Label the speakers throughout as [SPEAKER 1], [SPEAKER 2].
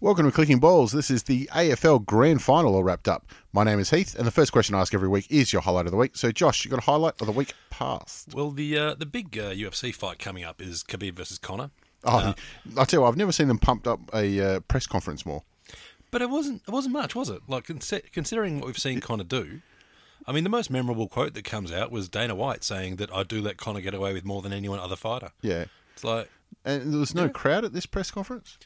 [SPEAKER 1] Welcome to Clicking Balls. This is the AFL Grand Final all wrapped up. My name is Heath, and the first question I ask every week is your highlight of the week. So, Josh, you got a highlight of the week past?
[SPEAKER 2] Well, the uh, the big uh, UFC fight coming up is Khabib versus Connor,
[SPEAKER 1] Oh, I tell you, what, I've never seen them pumped up a uh, press conference more.
[SPEAKER 2] but it wasn't it wasn't much, was it? Like consi- considering what we've seen Connor do, I mean, the most memorable quote that comes out was Dana White saying that I do let Connor get away with more than anyone other fighter.
[SPEAKER 1] Yeah,
[SPEAKER 2] It's like
[SPEAKER 1] and there was no crowd at this press conference.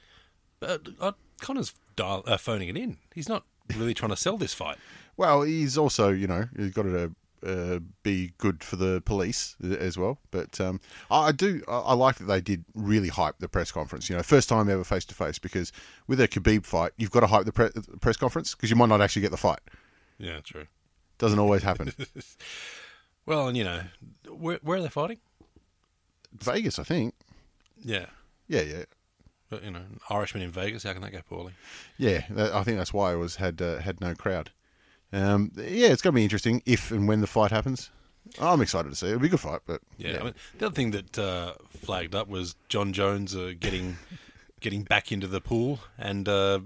[SPEAKER 2] uh, uh, Connor's dial- uh, phoning it in. He's not really trying to sell this fight.
[SPEAKER 1] Well, he's also, you know, he's got to uh, be good for the police as well. But um, I I do, I I like that they did really hype the press conference. You know, first time ever face to face because with a Khabib fight, you've got to hype the pre- press conference because you might not actually get the fight.
[SPEAKER 2] Yeah, true.
[SPEAKER 1] Doesn't always happen.
[SPEAKER 2] Well, and you know, where, where are they fighting?
[SPEAKER 1] Vegas, I think.
[SPEAKER 2] Yeah,
[SPEAKER 1] Yeah, yeah,
[SPEAKER 2] but, you know, an Irishman in Vegas. How can that go poorly?
[SPEAKER 1] yeah. That, I think that's why it was had uh, had no crowd. Um, yeah, it's going to be interesting if and when the fight happens. I'm excited to see. it. It'll be a good fight, but
[SPEAKER 2] Yeah, I mean, the other thing that uh, flagged up was John Jones uh, getting getting back into the pool and uh,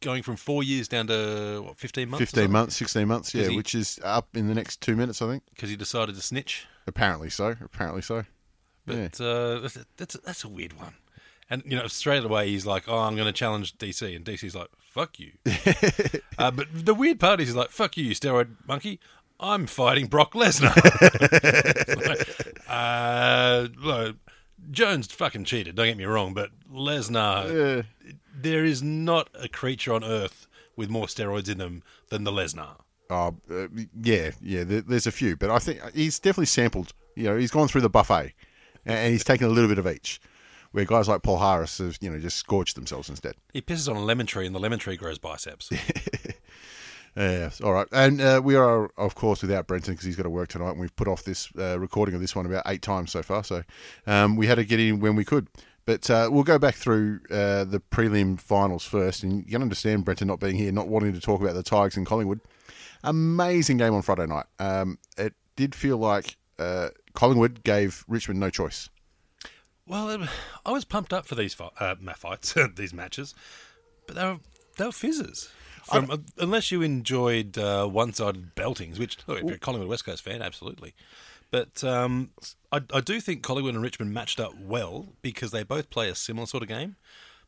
[SPEAKER 2] going from four years down to what fifteen months.
[SPEAKER 1] 15 months, 16 months, yeah,
[SPEAKER 2] he-
[SPEAKER 1] which is up in the next two minutes, I think.
[SPEAKER 2] because he decided to snitch.
[SPEAKER 1] Apparently so. Apparently so.
[SPEAKER 2] But uh, that's, that's that's a weird one. And you know, straight away he's like, "Oh, I'm going to challenge DC," and DC's like, "Fuck you." uh, but the weird part is he's like, "Fuck you, you steroid monkey." I'm fighting Brock Lesnar. uh, look, Jones fucking cheated. Don't get me wrong, but Lesnar, there is not a creature on earth with more steroids in them than the Lesnar.
[SPEAKER 1] Uh, uh, yeah, yeah. There, there's a few, but I think he's definitely sampled. You know, he's gone through the buffet, and, and he's taken a little bit of each. Where guys like Paul Harris have, you know, just scorched themselves instead.
[SPEAKER 2] He pisses on a lemon tree, and the lemon tree grows biceps.
[SPEAKER 1] Yes, all right. And uh, we are, of course, without Brenton because he's got to work tonight. And we've put off this uh, recording of this one about eight times so far. So um, we had to get in when we could. But uh, we'll go back through uh, the prelim finals first. And you can understand Brenton not being here, not wanting to talk about the Tigers and Collingwood. Amazing game on Friday night. Um, it did feel like uh, Collingwood gave Richmond no choice.
[SPEAKER 2] Well, it- I was pumped up for these fi- uh, ma- fights, these matches, but they were they were fizzes. From, uh, unless you enjoyed uh, one-sided beltings, which look, if you're a Collingwood West Coast fan, absolutely. But um, I, I do think Collingwood and Richmond matched up well because they both play a similar sort of game,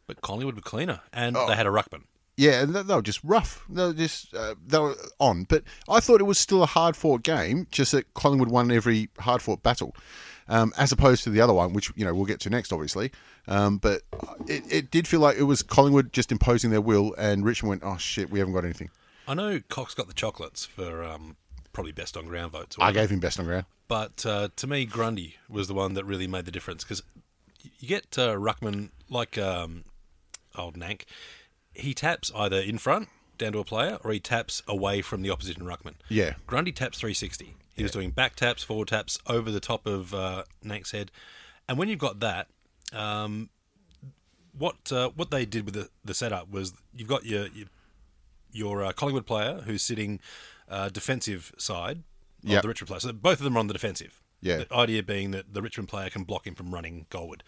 [SPEAKER 2] but Collingwood were cleaner and they had a ruckman.
[SPEAKER 1] Yeah, and they they were just rough. They were just uh, they were on, but I thought it was still a hard fought game. Just that Collingwood won every hard fought battle, um, as opposed to the other one, which you know we'll get to next, obviously. Um, but it, it did feel like it was Collingwood just imposing their will, and Richmond went, "Oh shit, we haven't got anything."
[SPEAKER 2] I know Cox got the chocolates for um, probably best on ground votes. or
[SPEAKER 1] I gave him best on ground.
[SPEAKER 2] But uh, to me, Grundy was the one that really made the difference because you get uh, Ruckman like um, old Nank. He taps either in front down to a player or he taps away from the opposition Ruckman.
[SPEAKER 1] Yeah.
[SPEAKER 2] Grundy taps 360. He was doing back taps, forward taps over the top of uh, Nank's head. And when you've got that, um, what uh, what they did with the, the setup was you've got your your, your uh, Collingwood player who's sitting uh, defensive side of
[SPEAKER 1] Yep.
[SPEAKER 2] the Richmond player. So both of them are on the defensive.
[SPEAKER 1] Yeah.
[SPEAKER 2] The idea being that the Richmond player can block him from running goalward.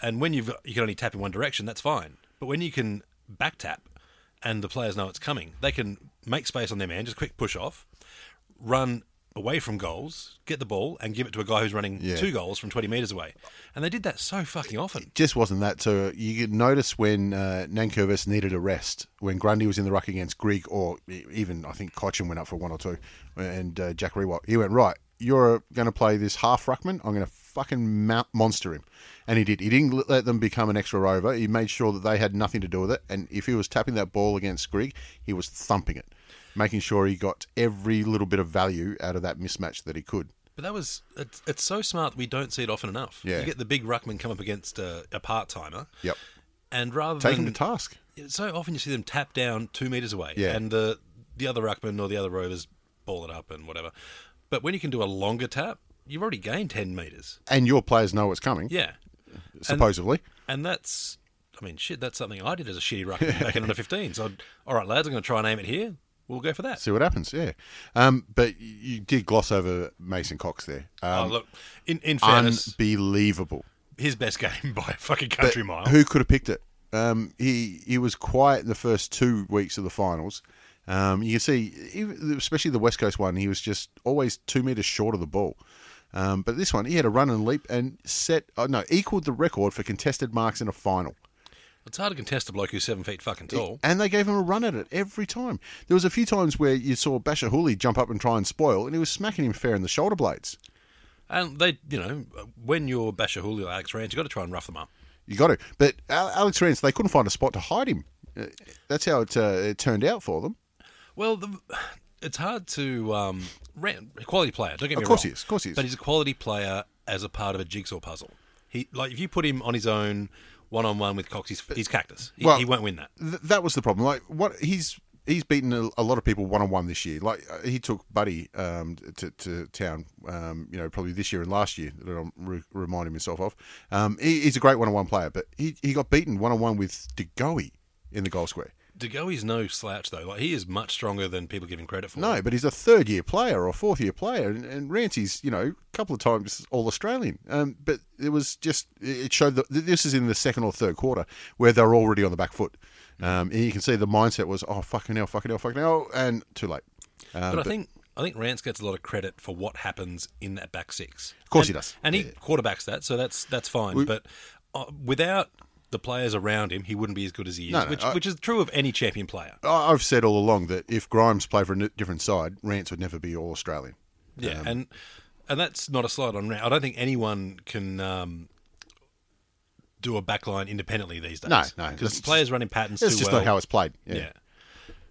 [SPEAKER 2] And when you've you can only tap in one direction, that's fine. But when you can back tap and the players know it's coming, they can make space on their man, just quick push off, run away from goals, get the ball, and give it to a guy who's running
[SPEAKER 1] Yeah.
[SPEAKER 2] two goals from 20 metres away. And they did that so fucking often.
[SPEAKER 1] Just wasn't that. So you could notice when uh, Nankervis needed a rest, when Grundy was in the ruck against Grieg, or e- even I think Cochin went up for one or two, and uh, Jack Rewalt, he went, right, you're going to play this half ruckman, I'm going to fucking mount monster him. And he did. He didn't l- let them become an extra rover. He made sure that they had nothing to do with it. And if he was tapping that ball against Grieg, he was thumping it, making sure he got every little bit of value out of that mismatch that he could.
[SPEAKER 2] But that was, it's, it's so smart that we don't see it often enough.
[SPEAKER 1] Yeah.
[SPEAKER 2] You get the big ruckman come up against a, a part timer.
[SPEAKER 1] Yep.
[SPEAKER 2] And rather
[SPEAKER 1] Taking
[SPEAKER 2] than
[SPEAKER 1] the task.
[SPEAKER 2] so often you see them tap down two meters away,
[SPEAKER 1] Yeah.
[SPEAKER 2] and the the other ruckman or the other rovers ball it up and whatever. But when you can do a longer tap, you've already gained ten meters.
[SPEAKER 1] And your players know what's coming,
[SPEAKER 2] Yeah,
[SPEAKER 1] supposedly.
[SPEAKER 2] and that's I mean shit. That's something I did as a shitty ruckman back in under 15s. So I'd, all right, lads, I'm going to try and aim it here. We'll go for that.
[SPEAKER 1] see what happens. Yeah, um, but you did gloss over Mason Cox there.
[SPEAKER 2] oh,
[SPEAKER 1] Um,
[SPEAKER 2] look, in in fairness,
[SPEAKER 1] unbelievable.
[SPEAKER 2] his best game by a fucking
[SPEAKER 1] But
[SPEAKER 2] country mile.
[SPEAKER 1] Who could have picked it? Um, he he was quiet in the first two weeks of the finals. Um, you can see, even- especially the West Coast one, he was just always two meters short of the ball. Um, but this one, he had a run and leap and set, oh, no, equaled the record for contested marks in a final.
[SPEAKER 2] It's hard to contest a bloke who's seven feet fucking tall.
[SPEAKER 1] And they gave him a run at it every time. There was a few times where you saw Basher Hooley jump up and try and spoil, and he was smacking him fair in the shoulder blades.
[SPEAKER 2] And they, you know, when you're Basher Hooley or Alex Rand, you've got to try and rough them up.
[SPEAKER 1] You got to. But Al- Alex Rance, they couldn't find a spot to hide him. Uh, That's how it, uh, it turned out for them.
[SPEAKER 2] Well, the, it's hard to um, Rand, a quality player. Don't get me
[SPEAKER 1] Of course
[SPEAKER 2] wrong.
[SPEAKER 1] he is, of course he is.
[SPEAKER 2] But he's a quality player as a part of a jigsaw puzzle. He like if you put him on his own, one on one with Cox, he's, he's cactus. He,
[SPEAKER 1] Well-
[SPEAKER 2] he won't win that.
[SPEAKER 1] Th- that was the problem. Like what he's he's beaten a, a lot of people one on one this year. Like uh, he took Buddy um, to, to town. Um, you know, probably this year and last year that I'm re- reminding myself of. Um, he, he's a great one on one player, but he, he got beaten one on one with DeGoey in the goal square.
[SPEAKER 2] Degoe's no slouch though. Like he is much stronger than people give him credit for.
[SPEAKER 1] No, but he's a third year player or fourth year player, and, and Rancy's you know a couple of times all Australian. Um, but it was just it showed that this is in the second or third quarter where they're already on the back foot, um, and you can see the mindset was oh fucking hell, fucking hell, fucking hell, and too late. Um,
[SPEAKER 2] but, I think I think Rance gets a lot of credit for what happens in that back six. Of
[SPEAKER 1] course
[SPEAKER 2] and,
[SPEAKER 1] he does.
[SPEAKER 2] and he quarterbacks that, so that's that's fine. but uh, without the players around him, he wouldn't be as good as he is,
[SPEAKER 1] No, no,
[SPEAKER 2] which
[SPEAKER 1] I-
[SPEAKER 2] which is true of any champion player.
[SPEAKER 1] I- I've said all along that if Grimes played for a n- different side, Rance would never be all Australian.
[SPEAKER 2] Yeah, and and that's not a slide on Rand. I don't think anyone can um, do a backline independently these days.
[SPEAKER 1] No, no,
[SPEAKER 2] because
[SPEAKER 1] that's-
[SPEAKER 2] players running patterns.
[SPEAKER 1] That's
[SPEAKER 2] too
[SPEAKER 1] just
[SPEAKER 2] well.
[SPEAKER 1] not how it's played.
[SPEAKER 2] Yeah,
[SPEAKER 1] Yeah,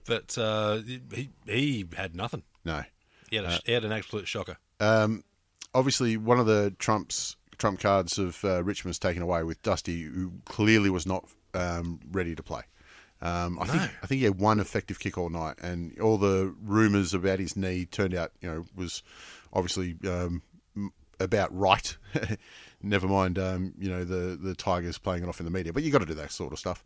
[SPEAKER 2] but uh, he he had nothing.
[SPEAKER 1] no.
[SPEAKER 2] He had, a,
[SPEAKER 1] Uh,
[SPEAKER 2] he had an absolute shocker.
[SPEAKER 1] Obviously, one of the Trump's Trump cards of uh, Richmond was taken away with Dusty, who clearly was not um, ready to play. Um, I think I think he had one effective kick all night, and all the rumours about his knee turned out, you know, was obviously um, m- about right. Never mind, um, you know, the the Tigers playing it off in the media, but you got to do that sort of stuff.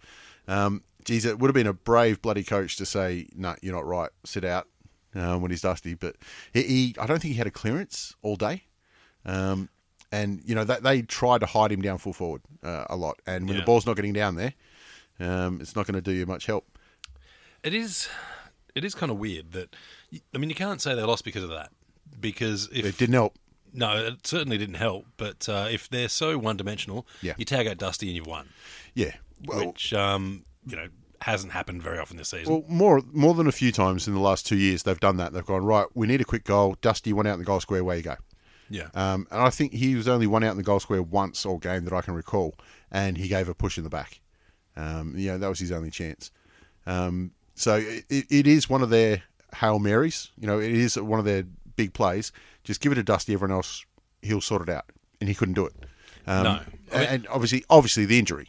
[SPEAKER 1] Um, geez, it would have been a brave bloody coach to say, "No, you're not right. Sit out." Uh, when he's dusty, but he, he, I don't think he had a clearance all day. Um, and you know they, they try to hide him down full forward uh, a lot, and when
[SPEAKER 2] Yeah.
[SPEAKER 1] the ball's not getting down there, um, it's not going to do you much help.
[SPEAKER 2] It is it is kind of weird that I mean you can't say they lost because of that because if
[SPEAKER 1] It didn't help.
[SPEAKER 2] no it certainly didn't help. But uh, if they're so one dimensional,
[SPEAKER 1] Yeah.
[SPEAKER 2] you tag out Dusty and you've won,
[SPEAKER 1] Yeah, well,
[SPEAKER 2] which um, you know hasn't happened very often this season.
[SPEAKER 1] well, more more than a few times in the last two years they've done that. They've gone right. We need a quick goal. Dusty one out in the goal square. Where you go?
[SPEAKER 2] yeah.
[SPEAKER 1] Um, and I think he was only one out in the goal square once all game that I can recall, and he gave a push in the back. Um, you know, that was his only chance. Um, so it, it is one of their Hail Marys. You know, it is one of their big plays. Just give it to Dusty, everyone else, he'll sort it out. And he couldn't do it. Um,
[SPEAKER 2] No. I mean-
[SPEAKER 1] and- and obviously, obviously the injury.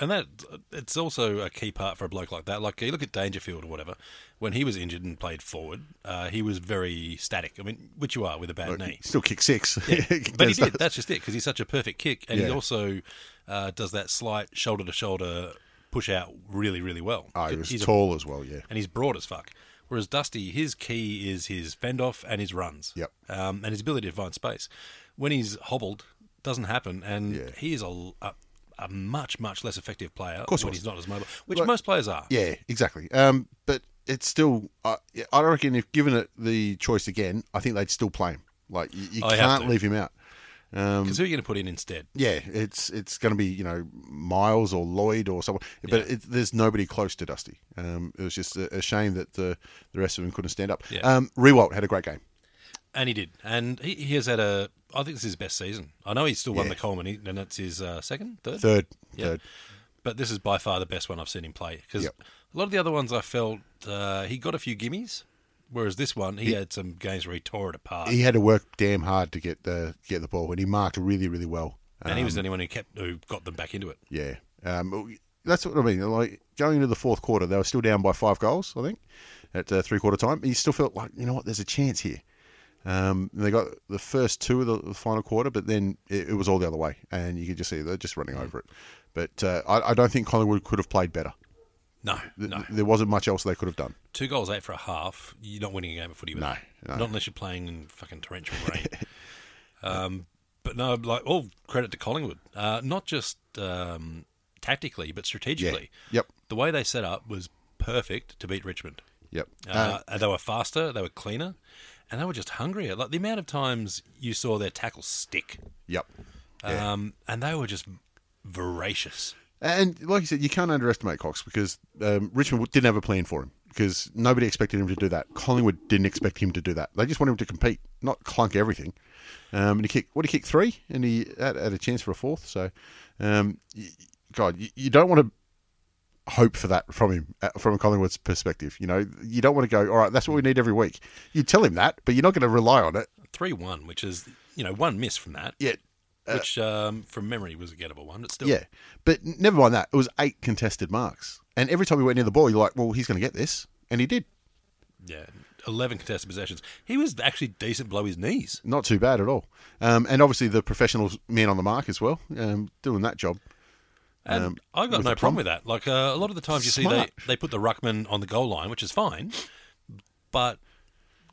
[SPEAKER 2] And that it's also a key part for a bloke like that. Like you look at Dangerfield or whatever, when he was injured and played forward, uh, he was very static. I mean, which you are with a bad knee,
[SPEAKER 1] Still kick six.
[SPEAKER 2] but he did. That's just it because he's such a perfect kick, and he
[SPEAKER 1] Yeah.
[SPEAKER 2] also uh, does that slight shoulder to shoulder push out really, really well.
[SPEAKER 1] Oh, he was
[SPEAKER 2] he's a-
[SPEAKER 1] tall as well, yeah.
[SPEAKER 2] and he's broad as fuck. Whereas Dusty, his key is his fend off and his runs,
[SPEAKER 1] Yep.
[SPEAKER 2] um, and his ability to find space. When he's hobbled, doesn't happen, and
[SPEAKER 1] Yeah.
[SPEAKER 2] he is a, a a much much less effective player
[SPEAKER 1] course he
[SPEAKER 2] when
[SPEAKER 1] was.
[SPEAKER 2] he's not as mobile, which
[SPEAKER 1] Like-
[SPEAKER 2] most players are.
[SPEAKER 1] Yeah, exactly. Um, but it's still. I I reckon if given it the choice again, I think they'd still play him. Like you, you
[SPEAKER 2] I Oh, have
[SPEAKER 1] can't
[SPEAKER 2] to.
[SPEAKER 1] leave him out. Um,
[SPEAKER 2] Because who are you going to put in instead?
[SPEAKER 1] yeah, it's it's going to be you know Miles or Lloyd or someone, but it, there's nobody close to Dusty. Um, it was just a, a shame that the the rest of them couldn't stand up.
[SPEAKER 2] Yeah.
[SPEAKER 1] Um, Rewalt had a great game.
[SPEAKER 2] And he did. And he, he has had a. I think this is his best season. I know he's still won
[SPEAKER 1] Yeah.
[SPEAKER 2] the Coleman, he- and that's his uh, second, third?
[SPEAKER 1] Third,
[SPEAKER 2] Yeah.
[SPEAKER 1] third.
[SPEAKER 2] But this is by far the best one I've seen him play. Because
[SPEAKER 1] Yep.
[SPEAKER 2] a lot of the other ones I felt uh, he got a few gimmies, whereas this one, he, had some games where he tore it apart.
[SPEAKER 1] He had to work damn hard to get the get the ball, and he marked really really well.
[SPEAKER 2] and he was
[SPEAKER 1] um,
[SPEAKER 2] the only one who kept who got them back into it.
[SPEAKER 1] Yeah, um, that's what I mean. Like going into the fourth quarter, they were still down by five goals, I think, at uh, three quarter time. You still felt like you know what, there's a chance here. Um, and they got the first two of the, the final quarter, but then it, it was all the other way, and you could just see they're just running over it. But uh, I, I don't think Collingwood could have played better.
[SPEAKER 2] No,
[SPEAKER 1] Th-
[SPEAKER 2] no.
[SPEAKER 1] There wasn't much else they could have done.
[SPEAKER 2] Two goals, eight for a half. You're not winning a game of footy with
[SPEAKER 1] No,
[SPEAKER 2] that.
[SPEAKER 1] no.
[SPEAKER 2] Not unless you're playing in fucking torrential rain. um, but no, like all credit to Collingwood, uh, not just um, tactically but
[SPEAKER 1] Yeah.
[SPEAKER 2] strategically.
[SPEAKER 1] Yep.
[SPEAKER 2] The way they set up was perfect to beat Richmond.
[SPEAKER 1] Yep.
[SPEAKER 2] Uh, and they were faster, they were cleaner, and they were just hungrier. Like the amount of times you saw their tackle stick,
[SPEAKER 1] yep. Yeah.
[SPEAKER 2] um, and they were just voracious.
[SPEAKER 1] And like you said, you can't underestimate Cox because um, Richmond didn't have a plan for him because nobody expected him to do that. Collingwood didn't expect him to do that. They just wanted him to compete, not clunk everything. Um, and he kicked, what did he kick three? And he had, had a chance for a fourth. So, um, y God, you, you don't want to hope for that from him, uh, from Collingwood's perspective. You know, you don't want to go, all right, that's what we need every week. You tell him that, but you're not going to rely on it.
[SPEAKER 2] Three one, which is you know one miss from that.
[SPEAKER 1] Yet,
[SPEAKER 2] which um, from memory was a gettable one, but still,
[SPEAKER 1] Uh, Yeah, but n- never mind that. It was eight contested marks, and every time he went near the ball, you're like, "Well, he's going to get this," and he did.
[SPEAKER 2] yeah, eleven contested possessions. He was actually decent below his knees.
[SPEAKER 1] Not too bad at all. Um, and obviously, the professional man on the mark as well, um, doing that job.
[SPEAKER 2] And
[SPEAKER 1] Um,
[SPEAKER 2] I've got
[SPEAKER 1] with
[SPEAKER 2] no
[SPEAKER 1] the
[SPEAKER 2] problem
[SPEAKER 1] plum-
[SPEAKER 2] with that. Like uh, a lot of the times you
[SPEAKER 1] Smart.
[SPEAKER 2] see they, they put the ruckman on the goal line, which is fine. But,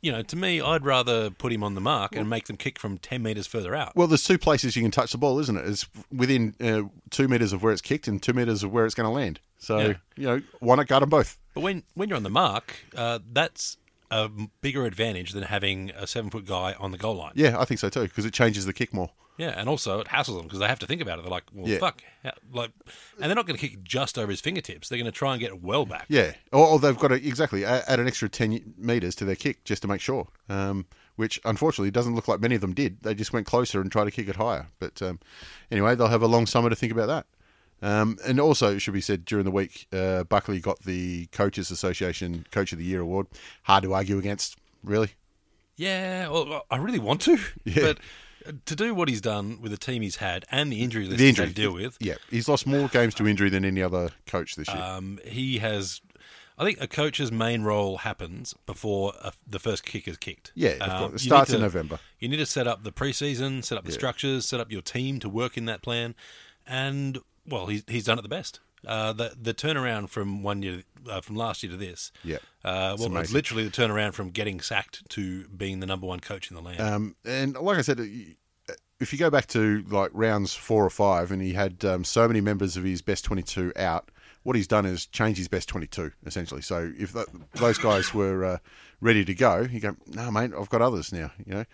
[SPEAKER 2] you know, to me, I'd rather put him on the mark and make them kick from 10 metres further out.
[SPEAKER 1] Well, there's two places you can touch the ball, isn't it? It's within uh, two meters of where it's kicked and two meters of where it's going to land. So
[SPEAKER 2] Yeah.
[SPEAKER 1] you know, why not guard them both?
[SPEAKER 2] but when, when you're on the mark, uh, that's a bigger advantage than having a seven foot guy on the goal line.
[SPEAKER 1] Yeah, I think so too, because it changes the kick more.
[SPEAKER 2] Yeah, and also it hassles them because they have to think about it. They're like, well,
[SPEAKER 1] Yeah.
[SPEAKER 2] fuck. How, like, and they're not going to kick just over his fingertips. They're going to try and get well back.
[SPEAKER 1] Yeah, or, or they've got to exactly a- add an extra ten meters to their kick just to make sure. Um, which unfortunately doesn't look like many of them did. They just went closer and tried to kick it higher. But um, anyway, they'll have a long summer to think about that. Um, and also, it should be said during the week, uh, Buckley got the Coaches Association Coach of the Year award. Hard to argue against, really.
[SPEAKER 2] Yeah, well, I really want to, but to do what he's done with the team he's had and the injury list
[SPEAKER 1] The
[SPEAKER 2] he's
[SPEAKER 1] injury
[SPEAKER 2] had to deal with,
[SPEAKER 1] Yeah, he's lost more games to injury than any other coach this year.
[SPEAKER 2] um, he has. I think a coach's main role happens before a, the first kick is kicked. Um,
[SPEAKER 1] Yeah, of course. It
[SPEAKER 2] you need
[SPEAKER 1] starts in November.
[SPEAKER 2] You need to set up the preseason, set up the structures, set up your team to work in that plan, and well, he's he's done it the best. Uh, the the turnaround from one year uh, from last year to this,
[SPEAKER 1] Yeah.
[SPEAKER 2] uh, well, it's
[SPEAKER 1] amazing.
[SPEAKER 2] literally the turnaround from getting sacked to being the number one coach in the land.
[SPEAKER 1] Um, and like I said, you- if you go back to like rounds four or five, and he had um, so many members of his best twenty-two out, what he's done is change his best twenty-two essentially. So if tho- those guys were uh, ready to go, you go, no, mate, I've got others now. You know,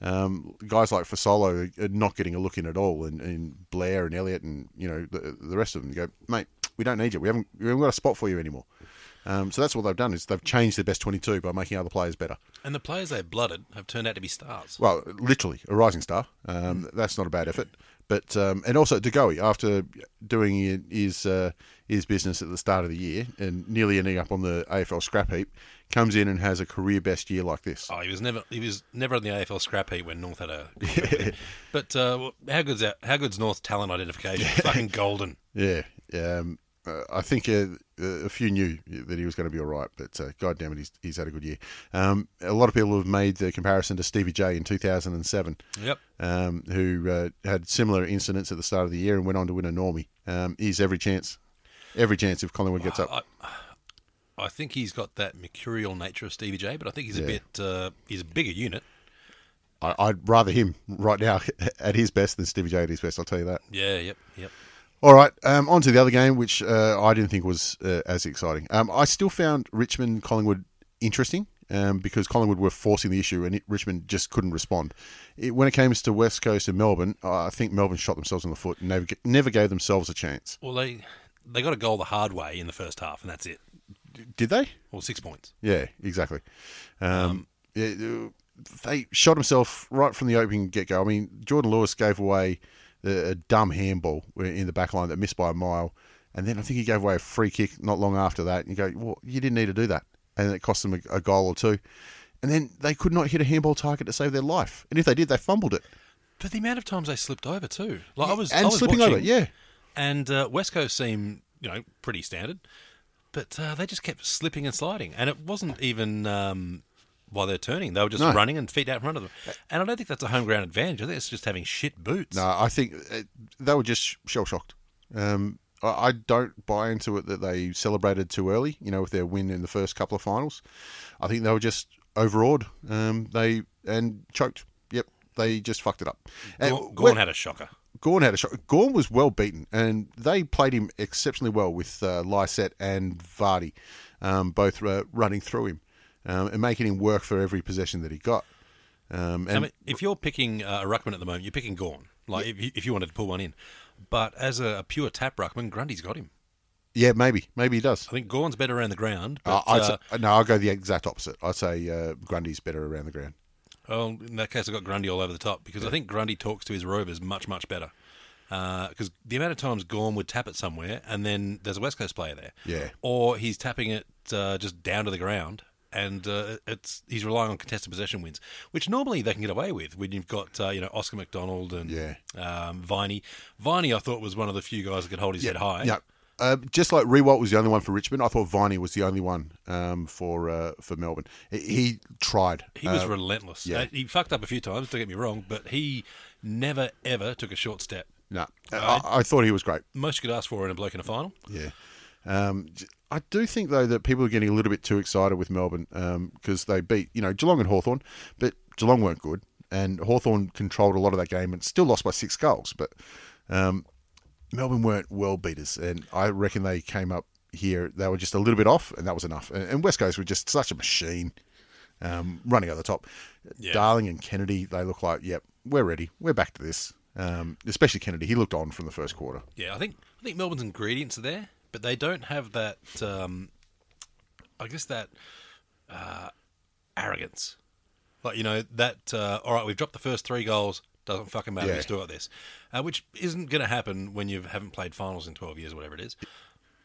[SPEAKER 1] um, guys like Fasolo are not getting a look in at all, and, and Blair and Elliot, and you know the, the rest of them. You go, mate, we don't need you. We haven't, we haven't got a spot for you anymore. Um, so that's what they've done is they've changed their best twenty-two by making other players better.
[SPEAKER 2] and the players they blooded have turned out to be stars.
[SPEAKER 1] Well, literally a rising star. Um, that's not a bad effort. But um, and also Degoe after doing his uh, his business at the start of the year and nearly ending up on the AFL scrap heap, comes in and has a career best year like this.
[SPEAKER 2] Oh, he was never he was never on the AFL scrap heap when North had a. but uh, well, how good's that? How good's North talent identification? Fucking golden.
[SPEAKER 1] Yeah, um, uh, I think uh, a few knew that he was going to be all right, but uh, God damn it, he's, he's had a good year. Um, a lot of people have made the comparison to Stevie J in two thousand and seven.
[SPEAKER 2] Yep.
[SPEAKER 1] Um, who uh, had similar incidents at the start of the year and went on to win a normie. Um, he's every chance, every chance if Collingwood gets up.
[SPEAKER 2] I, I think he's got that mercurial nature of Stevie J, but I think he's a
[SPEAKER 1] Yeah.
[SPEAKER 2] bit uh, he's a bigger unit.
[SPEAKER 1] I, I'd rather him right now at his best than Stevie J at his best. I'll tell you that.
[SPEAKER 2] Yeah. Yep. Yep.
[SPEAKER 1] All right, um, on to the other game, which uh, I didn't think was uh, as exciting. Um, I still found Richmond Collingwood interesting um, because Collingwood were forcing the issue and it, Richmond just couldn't respond. It, when it came to West Coast and Melbourne, uh, I think Melbourne shot themselves in the foot and never, g- never gave themselves a chance.
[SPEAKER 2] Well, they they got a goal the hard way in the first half, and that's it.
[SPEAKER 1] Did they?
[SPEAKER 2] Well, six points.
[SPEAKER 1] Yeah, exactly. Um, yeah, they shot himself right from the opening get go. I mean, Jordan Lewis gave away the, a dumb handball in the back line that missed by a mile, and then I think he gave away a free kick not long after that. And you go, well, you didn't need to do that, and it cost them a, a goal or two. And then they could not hit a handball target to save their life, and if they did, they fumbled it.
[SPEAKER 2] But the amount of times they slipped over too, like I was,
[SPEAKER 1] and
[SPEAKER 2] I was
[SPEAKER 1] slipping
[SPEAKER 2] watching,
[SPEAKER 1] over, yeah.
[SPEAKER 2] And uh, West Coast seemed, you know, pretty standard, but uh, they just kept slipping and sliding, and it wasn't even um, while they're turning; they were just
[SPEAKER 1] No.
[SPEAKER 2] running and feet out in front of them. And I don't think that's a home ground advantage. I think it's just having shit boots.
[SPEAKER 1] No, I think uh, they were just shell shocked. Um, I, I don't buy into it that they celebrated too early. You know, with their win in the first couple of finals, I think they were just overawed. Um, they and choked. Yep, they just fucked it up. And
[SPEAKER 2] Gorn,
[SPEAKER 1] when-
[SPEAKER 2] Gorn had a shocker.
[SPEAKER 1] Gorn had a shot. Gorn was well beaten, and they played him exceptionally well with uh, Lysette and Vardy, um, both uh, running through him um, and making him work for every possession that he got. Um, and
[SPEAKER 2] I mean, if you're picking uh, a ruckman at the moment, you're picking Gorn. Like if, you, if you wanted to pull one in, but as a, a pure tap ruckman, Grundy's got him.
[SPEAKER 1] yeah, maybe, maybe he does.
[SPEAKER 2] I think Gorn's better around the ground.
[SPEAKER 1] Uh,
[SPEAKER 2] But,
[SPEAKER 1] I'd
[SPEAKER 2] uh,
[SPEAKER 1] say, no, I'll go the exact opposite. I'd say uh, Grundy's better around the ground.
[SPEAKER 2] Well, in that case, I got Grundy all over the top because I think Grundy talks to his rovers much, much better. Because the amount of times Gorm would tap it somewhere, and then there's a West Coast player there,
[SPEAKER 1] Yeah.
[SPEAKER 2] or he's tapping it uh, just down to the ground, and uh, it's he's relying on contested possession wins, which normally they can get away with when you've got uh, you know Oscar McDonald and
[SPEAKER 1] Yeah.
[SPEAKER 2] um, Viney. Viney, I thought was one of the few guys that could hold his head high.
[SPEAKER 1] Yeah. Uh, just like Rewalt was the only one for Richmond, I thought Viney was the only one um, for uh, for Melbourne. He, he tried.
[SPEAKER 2] He was
[SPEAKER 1] Uh,
[SPEAKER 2] relentless.
[SPEAKER 1] yeah.
[SPEAKER 2] Uh, he fucked up a few times. Don't get me wrong, but he never ever took a short step.
[SPEAKER 1] no, I, I thought he was great.
[SPEAKER 2] Most you could ask for in a bloke in a final.
[SPEAKER 1] Yeah. Um, j- I do think though that people are getting a little bit too excited with Melbourne because they beat you know Geelong and Hawthorn, but Geelong weren't good and Hawthorn controlled a lot of that game and still lost by six goals. But um, Melbourne weren't well beaters, and I reckon they came up here they were just a little bit off, and that was enough. And, and West Coast were just such a machine, um, running over the top.
[SPEAKER 2] Yeah.
[SPEAKER 1] Darling and Kennedy, they look like yep, we're ready, we're back to this. Um, especially Kennedy, he looked on from the first quarter.
[SPEAKER 2] Yeah, I think I think Melbourne's ingredients are there, but they don't have that. Um, I guess that uh, arrogance, like you know that. Uh, all right, we've dropped the first three goals. Doesn't fucking matter.
[SPEAKER 1] Yeah.
[SPEAKER 2] We've still got this, uh, which isn't going to happen when you haven't played finals in twelve years, or whatever it is.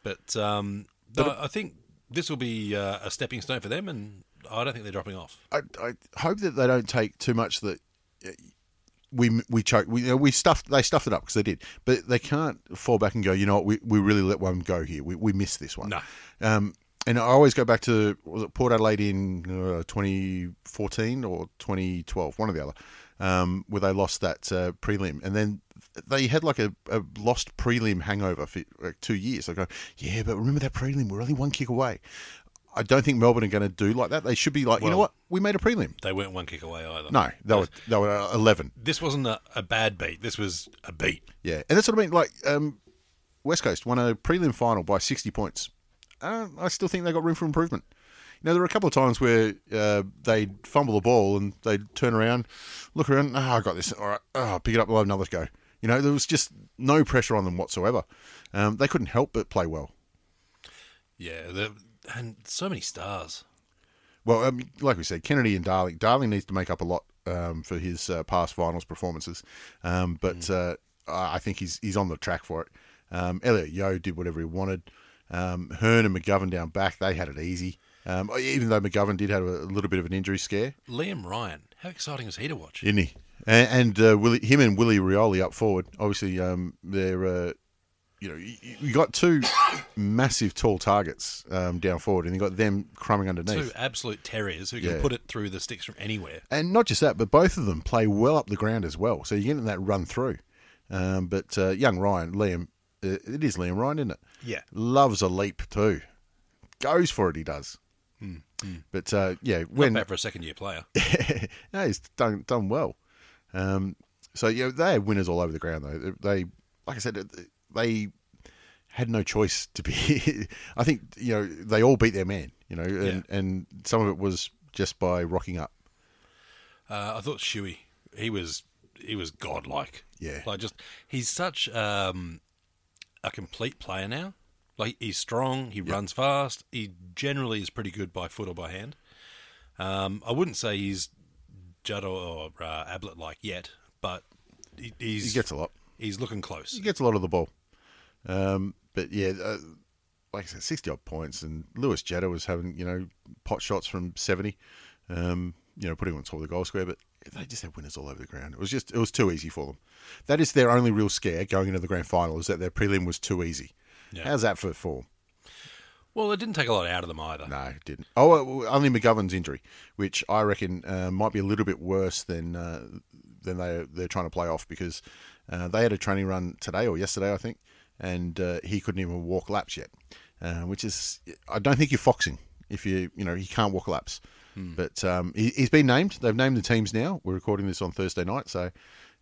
[SPEAKER 2] But, um, no, I think this will be uh, a stepping stone for them, and I don't think they're dropping off.
[SPEAKER 1] I, I hope that they don't take too much that uh, we we choked we, you know, we stuffed they stuffed it up because they did but they can't fall back and go you know what we, we really let one go here we, we missed this one
[SPEAKER 2] No.
[SPEAKER 1] um, and I always go back to was it Port Adelaide in uh, 2014 or 2012 one or the other um, where they lost that uh, prelim and then they had like a, a lost prelim hangover for like two years I go yeah but remember that prelim we're only one kick away I don't think Melbourne are going to do like that they should be like you know
[SPEAKER 2] Well-
[SPEAKER 1] what we made a prelim
[SPEAKER 2] They weren't one kick away either.
[SPEAKER 1] no, they were they were uh, eleven.
[SPEAKER 2] this wasn't a, a bad beat. This was a beat.
[SPEAKER 1] Yeah, and that's what I mean. Like um, West Coast won a prelim final by sixty points. Uh, I still think they got room for improvement. You know, there were a couple of times where uh, they'd fumble the ball and they'd turn around, look around. Ah, I got this. All right, ah, pick it up. We'll have another go. You know, there was just no pressure on them whatsoever. Um, they couldn't help but play well.
[SPEAKER 2] Yeah, the- and so many stars.
[SPEAKER 1] Well, um, like we said, Kennedy and Darling. Darling needs to make up a lot um, for his uh, past finals performances, um, but uh, I I think he's he's on the track for it. Um, Elliot Yo did whatever he wanted. Um, Hearn and McGovern down back, they had it easy. Um, even though McGovern did have a little bit of an injury scare,
[SPEAKER 2] Liam Ryan. How exciting was he to watch?
[SPEAKER 1] didn't he? And, and uh, Willie, him and Willie Rioli up forward. Obviously, um, they're uh, you know you, you got two massive tall targets um, down forward, and you got them crumbing underneath.
[SPEAKER 2] Two absolute terriers who can
[SPEAKER 1] Yeah.
[SPEAKER 2] put it through the sticks from anywhere.
[SPEAKER 1] And not just that, but both of them play well up the ground as well. So you're getting that run through. Um, but uh, young Ryan, Liam, uh, it is Liam Ryan, isn't it?
[SPEAKER 2] Yeah.
[SPEAKER 1] Loves a leap too. Goes for it, he does. But uh, yeah,
[SPEAKER 2] When,
[SPEAKER 1] when
[SPEAKER 2] Not bad for a second year player.
[SPEAKER 1] no, he's done done well. Um, so yeah, they had winners all over the ground though. They, like I said, they had no choice to be. I think you know they all beat their man. You know, and, and some of it was just by rocking up.
[SPEAKER 2] Uh, I thought Shuey, he was he was godlike.
[SPEAKER 1] Yeah.
[SPEAKER 2] like just he's such um, a complete player now. Like he's strong, he runs fast. He generally is pretty good by foot or by hand. Um, I wouldn't say he's Judd or uh, Ablett like yet, but he, he's
[SPEAKER 1] He gets a lot.
[SPEAKER 2] he's looking close.
[SPEAKER 1] He gets a lot of the ball. Um, but yeah, uh, like I said, sixty odd points, and Lewis Jetta was having you know pot shots from seventy. Um, you know, putting on top of the goal square, but they just had winners all over the ground. It was just it was too easy for them. That is their only real scare going into the grand final is that their prelim was too easy.
[SPEAKER 2] Yeah.
[SPEAKER 1] How's that for form?
[SPEAKER 2] Well, it didn't take a lot out of them either.
[SPEAKER 1] No, it didn't. Oh, well, well, only McGovern's injury, which I reckon uh, might be a little bit worse than uh, than they they're trying to play off because uh, they had a training run today or yesterday, I think, and uh, he couldn't even walk laps yet, uh, which is I don't think you're foxing if you you know he can't walk laps,
[SPEAKER 2] Hmm.
[SPEAKER 1] but um, he, he's been named. They've named the teams now. We're recording this on Thursday night, so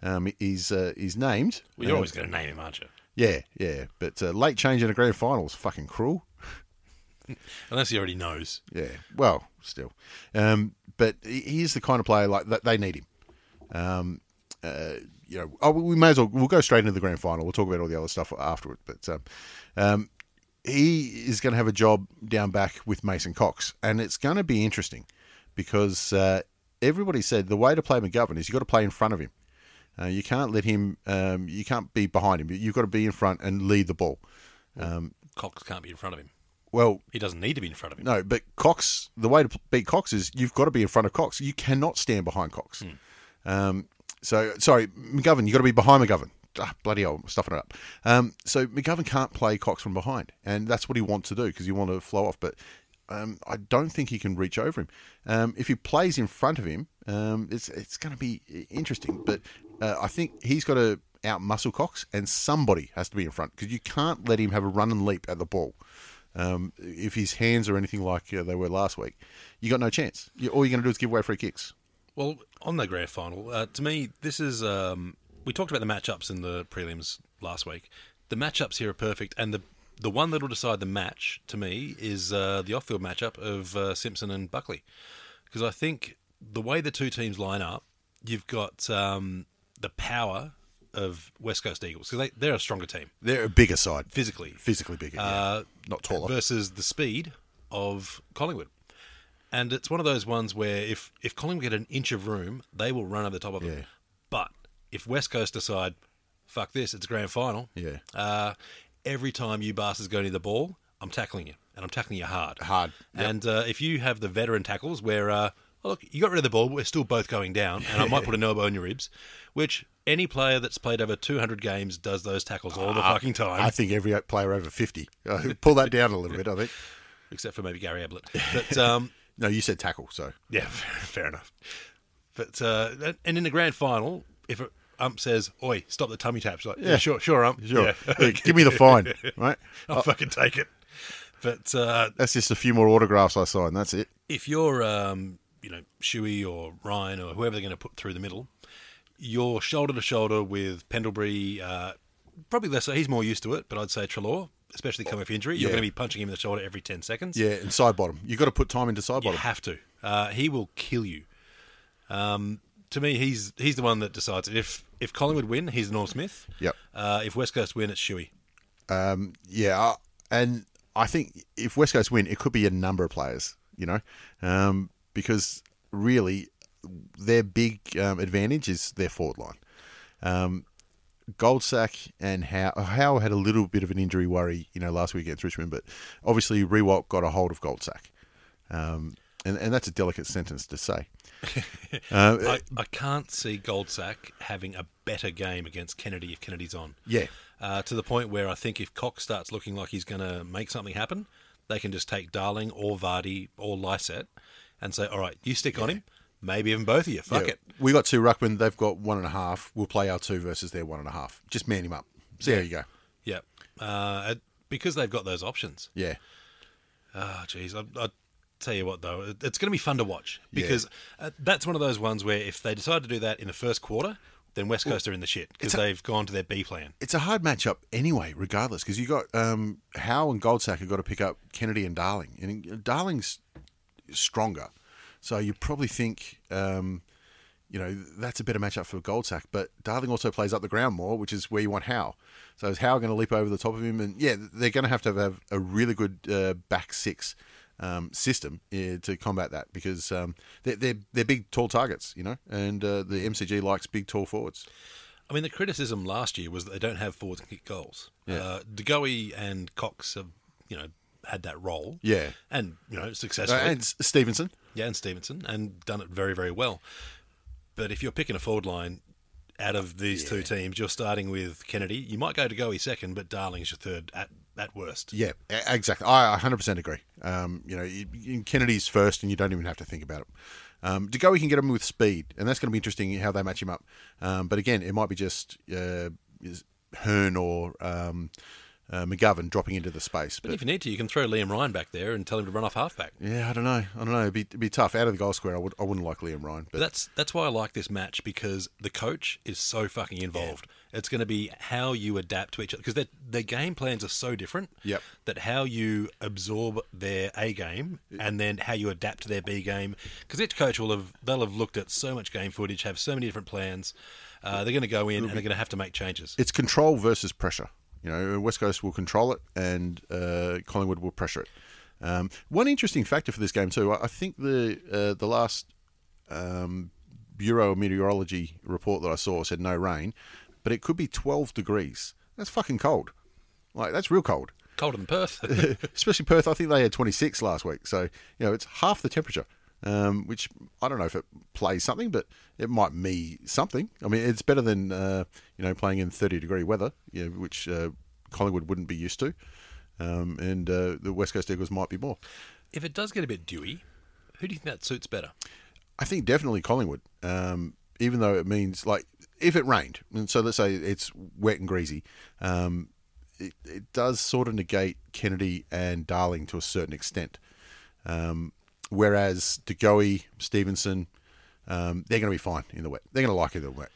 [SPEAKER 1] um, he's uh, he's named.
[SPEAKER 2] Well, you're
[SPEAKER 1] Um,
[SPEAKER 2] always going to name him, aren't you?
[SPEAKER 1] yeah, yeah, but uh, late change in a grand final is fucking cruel.
[SPEAKER 2] Unless he already knows.
[SPEAKER 1] Yeah. Well, still, um, but he- he is the kind of player like that. They need him. Um, uh, you know, oh, we may as well. We'll go straight into the grand final. We'll talk about all the other stuff afterward. But um, um, he is going to have a job down back with Mason Cox, and it's going to be interesting because uh, everybody said the way to play McGovern is you've got to play in front of him. Uh, you can't let him. Um, you can't be behind him. You've got to be in front and lead the ball.
[SPEAKER 2] Cox can't be in front of him.
[SPEAKER 1] Well,
[SPEAKER 2] He doesn't need to be in front of him.
[SPEAKER 1] No, but Cox, the way to p- beat Cox is you've got to be in front of Cox. You cannot stand behind Cox. Um, so, sorry, McGovern, you've got to be behind McGovern. Ah, bloody hell, I'm stuffing it up. Um, so, McGovern can't play Cox from behind, and that's what he wants to do because you want to flow off. But um, I don't think he can reach over him. Um, if he plays in front of him, um, it's it's going to be interesting. But uh, I think he's got to out muscle Cox, and somebody has to be in front because you can't let him have a run and leap at the ball um, if his hands are anything like uh, they were last week, you got no chance. You, all you're going to do is give away free kicks.
[SPEAKER 2] Well, on the grand final, uh, to me, this is. Um, we talked about the matchups in the prelims last week. The matchups here are perfect, and the the one that will decide the match to me is uh, the off-field matchup of uh, Simpson and Buckley, because I think the way the two teams line up, you've got um, the power of West Coast Eagles because they, they're a stronger team
[SPEAKER 1] They're a bigger side,
[SPEAKER 2] physically.
[SPEAKER 1] physically bigger,
[SPEAKER 2] Uh,
[SPEAKER 1] not taller.
[SPEAKER 2] versus the speed of Collingwood. And it's one of those ones where if, if Collingwood get an inch of room, they will run over the top of
[SPEAKER 1] Yeah.
[SPEAKER 2] them. But if West Coast decide, fuck this, it's grand final,
[SPEAKER 1] Yeah.
[SPEAKER 2] uh, every time you bastards go near the ball, I'm tackling you. And I'm tackling you hard.
[SPEAKER 1] Hard, yep.
[SPEAKER 2] And uh, if you have the veteran tackles where, uh, oh, look, you got rid of the ball, but we're still both going down, and I might put an elbow in your ribs, which any player that's played over 200 games does those tackles all the fucking time.
[SPEAKER 1] Ah, I think every player over fifty. Uh, pull that down a little bit. I think.
[SPEAKER 2] except for maybe Gary Ablett. But um,
[SPEAKER 1] No, you said tackle, so
[SPEAKER 2] yeah, fair, fair enough. But uh, and in the grand final, if a ump says, "Oi, stop the tummy taps," like, yeah, sure, sure, ump,
[SPEAKER 1] sure. Oh.
[SPEAKER 2] yeah,
[SPEAKER 1] Yeah, give me the fine, right?
[SPEAKER 2] I'll fucking take it. But uh,
[SPEAKER 1] That's just a few more autographs I sign. That's it.
[SPEAKER 2] if you're, um, you know, Shuey or Ryan or whoever they're going to put through the middle, you're shoulder to shoulder with Pendlebury. Uh, probably less. He's more used to it, but I'd say Trelaw, especially coming off injury, you're
[SPEAKER 1] Yeah.
[SPEAKER 2] going to be punching him in the shoulder every ten seconds.
[SPEAKER 1] Yeah, and side bottom. You have got to put time into side
[SPEAKER 2] You
[SPEAKER 1] bottom.
[SPEAKER 2] have to. Uh, he will kill you. Um, to me, he's he's the one that decides it. If if Collingwood win, he's Norm Smith.
[SPEAKER 1] Yep.
[SPEAKER 2] Uh, if West Coast win, it's Shuey.
[SPEAKER 1] Um, yeah, I- and I think if West Coast win, it could be a number of players, you know, um, because really their big um, advantage is their forward line. Um, Goldsack and Howe, uh, Howe had a little bit of an injury worry, you know, last week against Richmond, but obviously Rewalt got a hold of Goldsack. Um, and, and that's a delicate sentence to say. Uh,
[SPEAKER 2] I, I can't see Goldsack having a better game against Kennedy if Kennedy's on.
[SPEAKER 1] Yeah.
[SPEAKER 2] Uh, to the point where I think if Cox starts looking like he's going to make something happen, they can just take Darling or Vardy or Lyset and say, all right, you stick on him, maybe even both of you. Fuck
[SPEAKER 1] Yeah,
[SPEAKER 2] it.
[SPEAKER 1] We got two ruckmen. They've got one and a half. We'll play our two versus their one and a half. Just man him up. See how you go.
[SPEAKER 2] Yeah. Uh, it- because they've got those options.
[SPEAKER 1] Yeah.
[SPEAKER 2] Oh, jeez. I, I tell you what, though, it- it's going to be fun to watch because uh, that's one of those ones where if they decide to do that in the first quarter, then West Coast are in the shit because
[SPEAKER 1] it's a-
[SPEAKER 2] they've gone to their B plan.
[SPEAKER 1] It's a hard matchup anyway, regardless, because you got um, Howe and Goldsack have got to pick up Kennedy and Darling, and uh, Darling's stronger, so you probably think, um, you know, that's a better matchup for Goldsack. But Darling also plays up the ground more, which is where you want Howe. So is Howe going to leap over the top of him? And yeah, they're going to have to have a really good uh, back six um, system eh, to combat that because um, they're, they're they're big, tall targets, you know, and uh, the MCG likes big, tall forwards.
[SPEAKER 2] I mean, the criticism last year was that they don't have forwards to kick goals.
[SPEAKER 1] Yeah.
[SPEAKER 2] Uh, De Goey and Cox have, you know, had that role.
[SPEAKER 1] Yeah.
[SPEAKER 2] And, you know,
[SPEAKER 1] Uh,
[SPEAKER 2] successfully.
[SPEAKER 1] and S- Stevenson.
[SPEAKER 2] yeah, and Stevenson, and done it very, very well. But if you're picking a forward line out of these two teams, you're starting with Kennedy. You might go to Goey second, but Darling's your third at, at worst.
[SPEAKER 1] Yeah, e- exactly. I 100% agree. Um, you know, you- you- Kennedy's first, and you don't even have to think about it. Um, De Goey can get him with speed, and that's going to be interesting how they match him up. Um, but again, it might be just uh, is Hearn or um, uh, McGovern dropping into the space.
[SPEAKER 2] But
[SPEAKER 1] But
[SPEAKER 2] if you need to, you can throw Liam Ryan back there and tell him to run off halfback.
[SPEAKER 1] yeah, I don't know. I don't know. It'd be, it'd be tough out of the goal square. I would. I wouldn't like Liam Ryan. But
[SPEAKER 2] But that's that's why I like this match because the coach is so fucking involved. It's going to be how you adapt to each other because their their game plans are so different.
[SPEAKER 1] Yep.
[SPEAKER 2] That how you absorb their A game and then how you adapt to their B game because each coach will have they'll have looked at so much game footage, have so many different plans. Uh, they're going to go in and they're going to have to make changes.
[SPEAKER 1] it's control versus pressure. You know, uh, West Coast will control it, and uh, Collingwood will pressure it. Um, one interesting factor for this game too, I I think the uh, the last um, Bureau of Meteorology report that I saw said no rain, but it could be 12 degrees. That's fucking cold. Like that's real cold,
[SPEAKER 2] Colder than Perth.
[SPEAKER 1] especially Perth. I think they had 26 last week, so you know it's half the temperature. Um, which I don't know if it plays something, but it might me something. I mean, it's better than uh, you know playing in 30 degree weather, you know, which uh, Collingwood wouldn't be used to, um, and uh, the West Coast Eagles might be more.
[SPEAKER 2] if it does get a bit dewy, who do you think that suits better?
[SPEAKER 1] I think definitely Collingwood. Um, even though it means like if it rained, and so let's say it's wet and greasy, um, it, it does sort of negate Kennedy and Darling to a certain extent. Um, whereas De Goey, Stevenson, um, they're going to be fine in the wet. They're going to like it in the wet.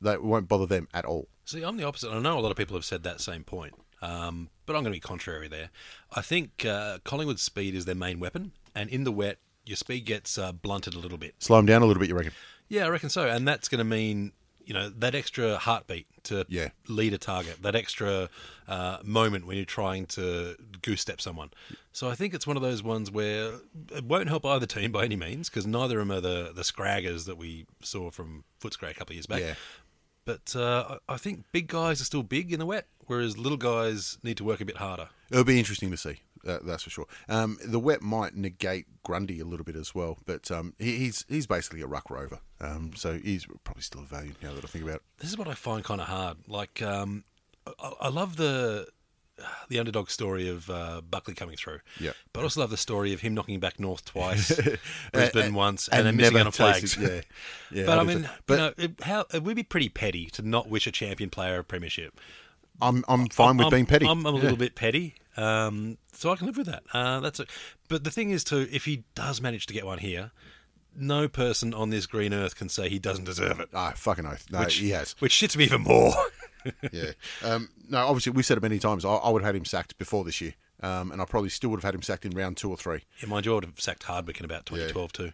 [SPEAKER 1] That won't bother them at all.
[SPEAKER 2] See, I'm the opposite. I know a lot of people have said that same point, um, but I'm going to be contrary there. I think uh, Collingwood's speed is their main weapon, and in the wet, your speed gets uh, blunted a little bit.
[SPEAKER 1] Slow them down a little bit, you reckon?
[SPEAKER 2] Yeah, I reckon so. And that's going to mean, you know, that extra heartbeat to
[SPEAKER 1] Yeah.
[SPEAKER 2] lead a target, that extra uh, moment when you're trying to goose step someone. So I think it's one of those ones where it won't help either team by any means because neither of them are the, the scraggers that we saw from Footscray a couple of years back.
[SPEAKER 1] Yeah.
[SPEAKER 2] But uh, I I think big guys are still big in the wet, whereas little guys need to work a bit harder.
[SPEAKER 1] It'll be interesting to see. That, that's for sure. Um, the wet might negate Grundy a little bit as well, but um, he, he's he's basically a ruck rover, um, so he's probably still a value now that I think about it.
[SPEAKER 2] this is what I find kind of hard. Like, um, I, I love the the underdog story of uh, Buckley coming through.
[SPEAKER 1] Yeah.
[SPEAKER 2] but I also love the story of him knocking back North twice, Brisbane
[SPEAKER 1] And-
[SPEAKER 2] once,
[SPEAKER 1] and
[SPEAKER 2] and, then missing
[SPEAKER 1] never
[SPEAKER 2] on a flag.
[SPEAKER 1] tasted- yeah. Yeah,
[SPEAKER 2] but I
[SPEAKER 1] 100%.
[SPEAKER 2] mean, but, you know, it, how it would be pretty petty to not wish a champion player a premiership.
[SPEAKER 1] I'm I'm fine with
[SPEAKER 2] I'm,
[SPEAKER 1] being petty.
[SPEAKER 2] I'm a
[SPEAKER 1] Yeah.
[SPEAKER 2] little bit petty, um, so I can live with that. Uh, that's it. But the thing is, too, if he does manage to get one here, no person on this green earth can say he doesn't deserve it.
[SPEAKER 1] Ah, fucking oath. No,
[SPEAKER 2] Which,
[SPEAKER 1] he has.
[SPEAKER 2] which shits me even more.
[SPEAKER 1] Yeah. Um, no, obviously we've said it many times. I, I would have had him sacked before this year, um, and I probably still would have had him sacked in round two or three.
[SPEAKER 2] Yeah, mind you, I would have sacked Hardwick in about 2012 too.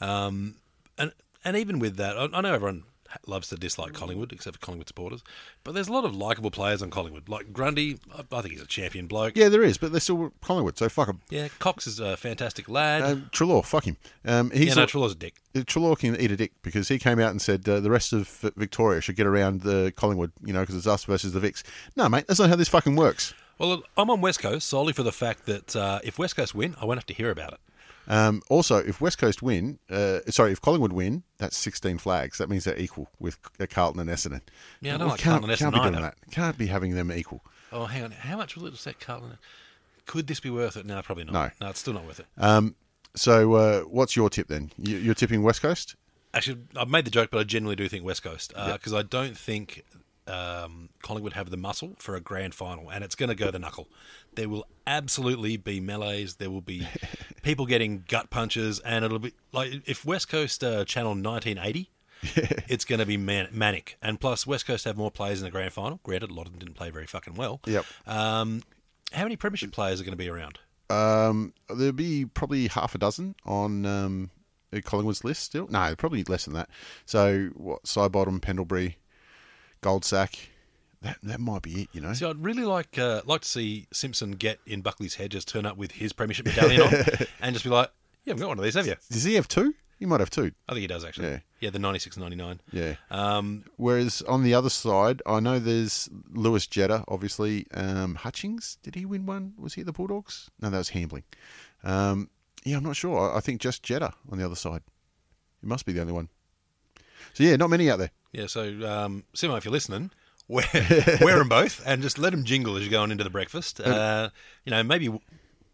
[SPEAKER 2] Um, and and even with that, I, I know everyone ha- loves to dislike Collingwood, except for Collingwood supporters. But there's a lot of likable players on Collingwood. Like Grundy, I, I think he's a champion bloke.
[SPEAKER 1] Yeah, there is, but they're still Collingwood, so fuck him.
[SPEAKER 2] Yeah, Cox is a fantastic lad.
[SPEAKER 1] Um, Trelaw, fuck him. Um, he's
[SPEAKER 2] yeah,
[SPEAKER 1] a-
[SPEAKER 2] no, Trelaw's a dick.
[SPEAKER 1] Uh, Trelaw can eat a dick because he came out and said uh, the rest of uh, Victoria should get around the Collingwood, you know, because it's us versus the Vics. No, mate, that's not how this fucking works.
[SPEAKER 2] Well, look, I'm on West Coast solely for the fact that uh, if West Coast win, I won't have to hear about it.
[SPEAKER 1] Um, also, if West Coast win, uh, sorry, if Collingwood win, that's 16 flags. That means they're equal with uh, Carlton and Essendon.
[SPEAKER 2] Yeah, I don't
[SPEAKER 1] We
[SPEAKER 2] like
[SPEAKER 1] can't,
[SPEAKER 2] Carlton and
[SPEAKER 1] can't be
[SPEAKER 2] Essendon
[SPEAKER 1] doing
[SPEAKER 2] either.
[SPEAKER 1] that. Can't be having them equal.
[SPEAKER 2] Oh, hang on. How much will it set Carlton? Could this be worth it? No, probably not.
[SPEAKER 1] No.
[SPEAKER 2] no it's still not worth it.
[SPEAKER 1] So, uh, what's your tip then? You, you're tipping West Coast?
[SPEAKER 2] Actually, I've made the joke, but I generally do think West Coast because I don't think um, Collingwood have the muscle for a grand final, and it's going to go the knuckle. There will absolutely be melees. There will be people getting gut punches, and it'll be like if West Coast uh, Channel 1980 it's going to be man- manic. And plus, West Coast have more players in the grand final. Granted, a lot of them didn't play very fucking well.
[SPEAKER 1] Yep.
[SPEAKER 2] Um, how many Premiership players are going to be around?
[SPEAKER 1] Um, there'll be probably half a dozen on um, Collingwood's list still. No, probably less than that. So what? Sidebottom, Pendlebury, Goldsack. That that might be it. You know.
[SPEAKER 2] See, I'd really like uh, like to see Simpson get in Buckley's head, just turn up with his Premiership medallion on, and just be like, "You haven't got one of these, have you?"
[SPEAKER 1] Does he have two? He might have two.
[SPEAKER 2] I think he does actually.
[SPEAKER 1] Yeah.
[SPEAKER 2] the 96 and 99.
[SPEAKER 1] Yeah.
[SPEAKER 2] Um,
[SPEAKER 1] Whereas on the other side, I know there's Lewis Jetta, obviously. Um, Hutchings, did he win one? Was he at the Bulldogs? No, that was Hambling. Um, yeah, I'm not sure. I, I think just Jetta on the other side. He must be the only one. So, yeah, not many out there.
[SPEAKER 2] yeah, so um, Simo, if you're listening, wear, wear them both and just let them jingle as you're going into the breakfast. Uh, you know, maybe w-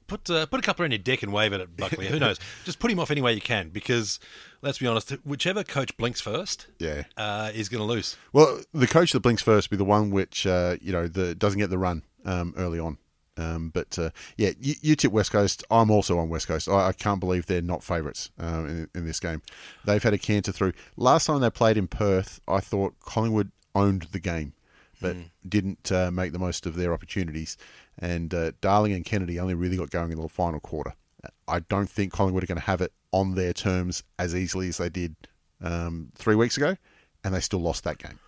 [SPEAKER 2] put uh, put a couple around your deck and wave it at Buckley. Who knows? Just put him off any way you can because, let's be honest, whichever coach blinks first
[SPEAKER 1] Yeah.
[SPEAKER 2] uh, is going to lose.
[SPEAKER 1] Well, the coach that blinks first will be the one which, uh, you know, the, doesn't get the run um, early on. Um, but uh, yeah, you, you tip West Coast. I'm also on West Coast. I, I can't believe they're not favourites um, in, in this game. They've had a canter through. Last time they played in Perth, I thought Collingwood owned the game, but
[SPEAKER 2] Hmm.
[SPEAKER 1] didn't uh, make the most of their opportunities. And uh, Darling and Kennedy only really got going in the final quarter. Uh, I don't think Collingwood are going to have it on their terms as easily as they did um, three weeks ago, and they still lost that game.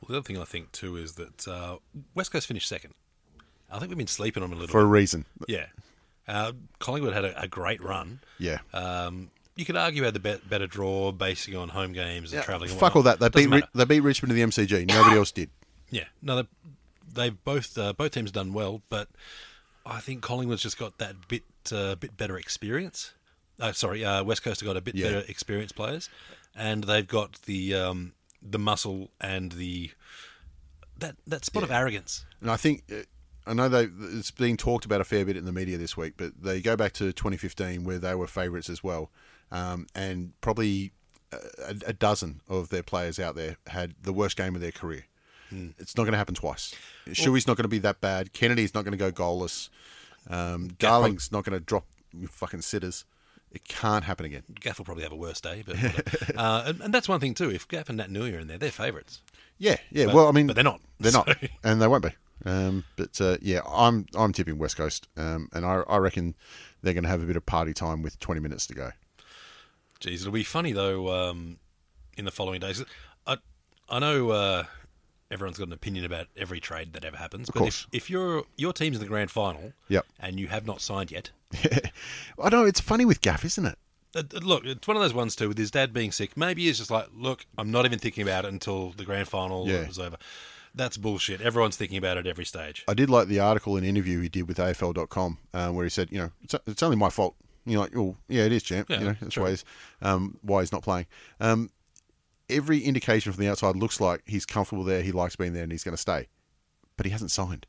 [SPEAKER 2] Well, the other thing I think too is that uh, West Coast finished second. I think we've been sleeping on them a little
[SPEAKER 1] for a reason.
[SPEAKER 2] bit. Yeah. Uh, Collingwood had a, a great run.
[SPEAKER 1] Yeah.
[SPEAKER 2] Um, you could argue had the bet better draw basing on home games and travelling. and
[SPEAKER 1] Fuck all
[SPEAKER 2] whatnot.
[SPEAKER 1] that. They
[SPEAKER 2] Doesn't
[SPEAKER 1] beat Ri-
[SPEAKER 2] matter.
[SPEAKER 1] they beat Richmond in the MCG. Nobody else did.
[SPEAKER 2] Yeah, no, they, they've both uh, both teams done well, but I think Collingwood's just got that bit uh, bit better experience. Uh, sorry, uh, West Coast have got a bit
[SPEAKER 1] Yeah.
[SPEAKER 2] better experienced players, and they've got the um, the muscle and the that that spot of arrogance.
[SPEAKER 1] And I think uh, I know they it's being talked about a fair bit in the media this week, but they go back to 2015 where they were favourites as well, um, and probably a, a dozen of their players out there had the worst game of their career. It's not going to happen twice. Shuey's not going to be that bad. Kennedy's not going to go goalless. Um, Darling's not going to drop fucking sitters. It can't happen again.
[SPEAKER 2] Gaff will probably have a worse day, but whatever. uh, and, and that's one thing too. If Gaff and Nat Nui are in there, they're favourites.
[SPEAKER 1] Yeah, yeah.
[SPEAKER 2] But-
[SPEAKER 1] well, I mean,
[SPEAKER 2] but they're not.
[SPEAKER 1] They're not,
[SPEAKER 2] So-
[SPEAKER 1] and they won't be. Um, but uh, yeah, I'm I'm tipping West Coast, um, and I, I reckon they're going to have a bit of party time with 20 minutes to go.
[SPEAKER 2] Jeez, it'll be funny though. Um, in the following days, I I know uh, everyone's got an opinion about every trade that ever happens. but
[SPEAKER 1] course.
[SPEAKER 2] if, if your your team's in the grand final,
[SPEAKER 1] Yep.
[SPEAKER 2] and you have not signed yet,
[SPEAKER 1] I know it's funny with Gaff, isn't it?
[SPEAKER 2] uh, uh, look, it's one of those ones too. With his dad being sick, maybe he's just like, look, I'm not even thinking about it until the grand final
[SPEAKER 1] Yeah.
[SPEAKER 2] is over. That's bullshit. Everyone's thinking about it at every stage.
[SPEAKER 1] I did like the article and interview he did with AFL.com uh, where he said, you know, it's, it's only my fault. You're like, oh, yeah, it is, champ.
[SPEAKER 2] Yeah,
[SPEAKER 1] you know, that's
[SPEAKER 2] true.
[SPEAKER 1] why he's, um, why he's not playing. Um, every indication from the outside looks like he's comfortable there, he likes being there, and he's going to stay. But he hasn't signed.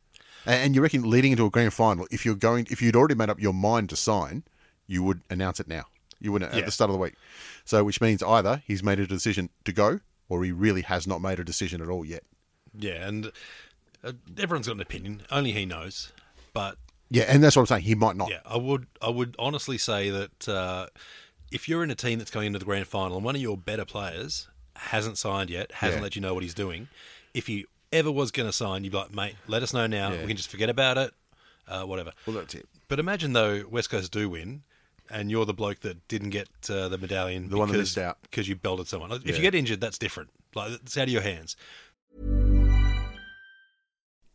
[SPEAKER 1] And, and you reckon leading into a grand final, if you're going, if you'd already made up your mind to sign, you would announce it now. You wouldn't at
[SPEAKER 2] Yeah.
[SPEAKER 1] the start of the week. So, which means either he's made a decision to go, or he really has not made a decision at all yet.
[SPEAKER 2] Yeah, and uh, everyone's got an opinion. Only he knows. But
[SPEAKER 1] Yeah, and that's what I'm saying. He might not.
[SPEAKER 2] Yeah, I would. I would honestly say that uh, if you're in a team that's going into the grand final and one of your better players hasn't signed yet, hasn't
[SPEAKER 1] Yeah.
[SPEAKER 2] let you know what he's doing, if he ever was going to sign, you'd be like, mate, let us know now.
[SPEAKER 1] Yeah.
[SPEAKER 2] We can just forget about it, uh, whatever.
[SPEAKER 1] Well, that's it.
[SPEAKER 2] But imagine though, West Coast do win. And you're the bloke that didn't get uh, the medallion,
[SPEAKER 1] The one that missed out.
[SPEAKER 2] because you belted someone. If
[SPEAKER 1] Yeah.
[SPEAKER 2] you get injured, that's different. Like it's out of your hands.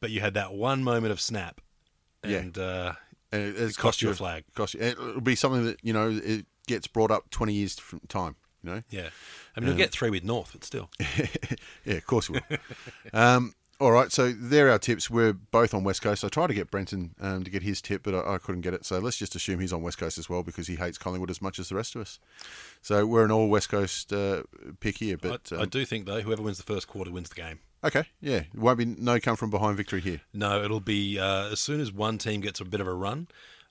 [SPEAKER 2] But you had that one moment of snap,
[SPEAKER 1] Yeah.
[SPEAKER 2] and uh,
[SPEAKER 1] And it, it's
[SPEAKER 2] cost you a flag.
[SPEAKER 1] Cost you. It'll be something that you know it gets brought up twenty years from time. You know.
[SPEAKER 2] yeah, I mean you'll get three with North, but still,
[SPEAKER 1] yeah, of course you will. um, all right, so there are our tips. We're both on West Coast. I tried to get Brenton um, to get his tip, but I, I couldn't get it. So let's just assume he's on West Coast as well because he hates Collingwood as much as the rest of us. So we're an all West Coast uh, pick here. But
[SPEAKER 2] I,
[SPEAKER 1] um,
[SPEAKER 2] I do think though whoever wins the first quarter wins the game.
[SPEAKER 1] okay, yeah, it won't be no come from behind victory here.
[SPEAKER 2] No, it'll be uh, as soon as one team gets a bit of a run,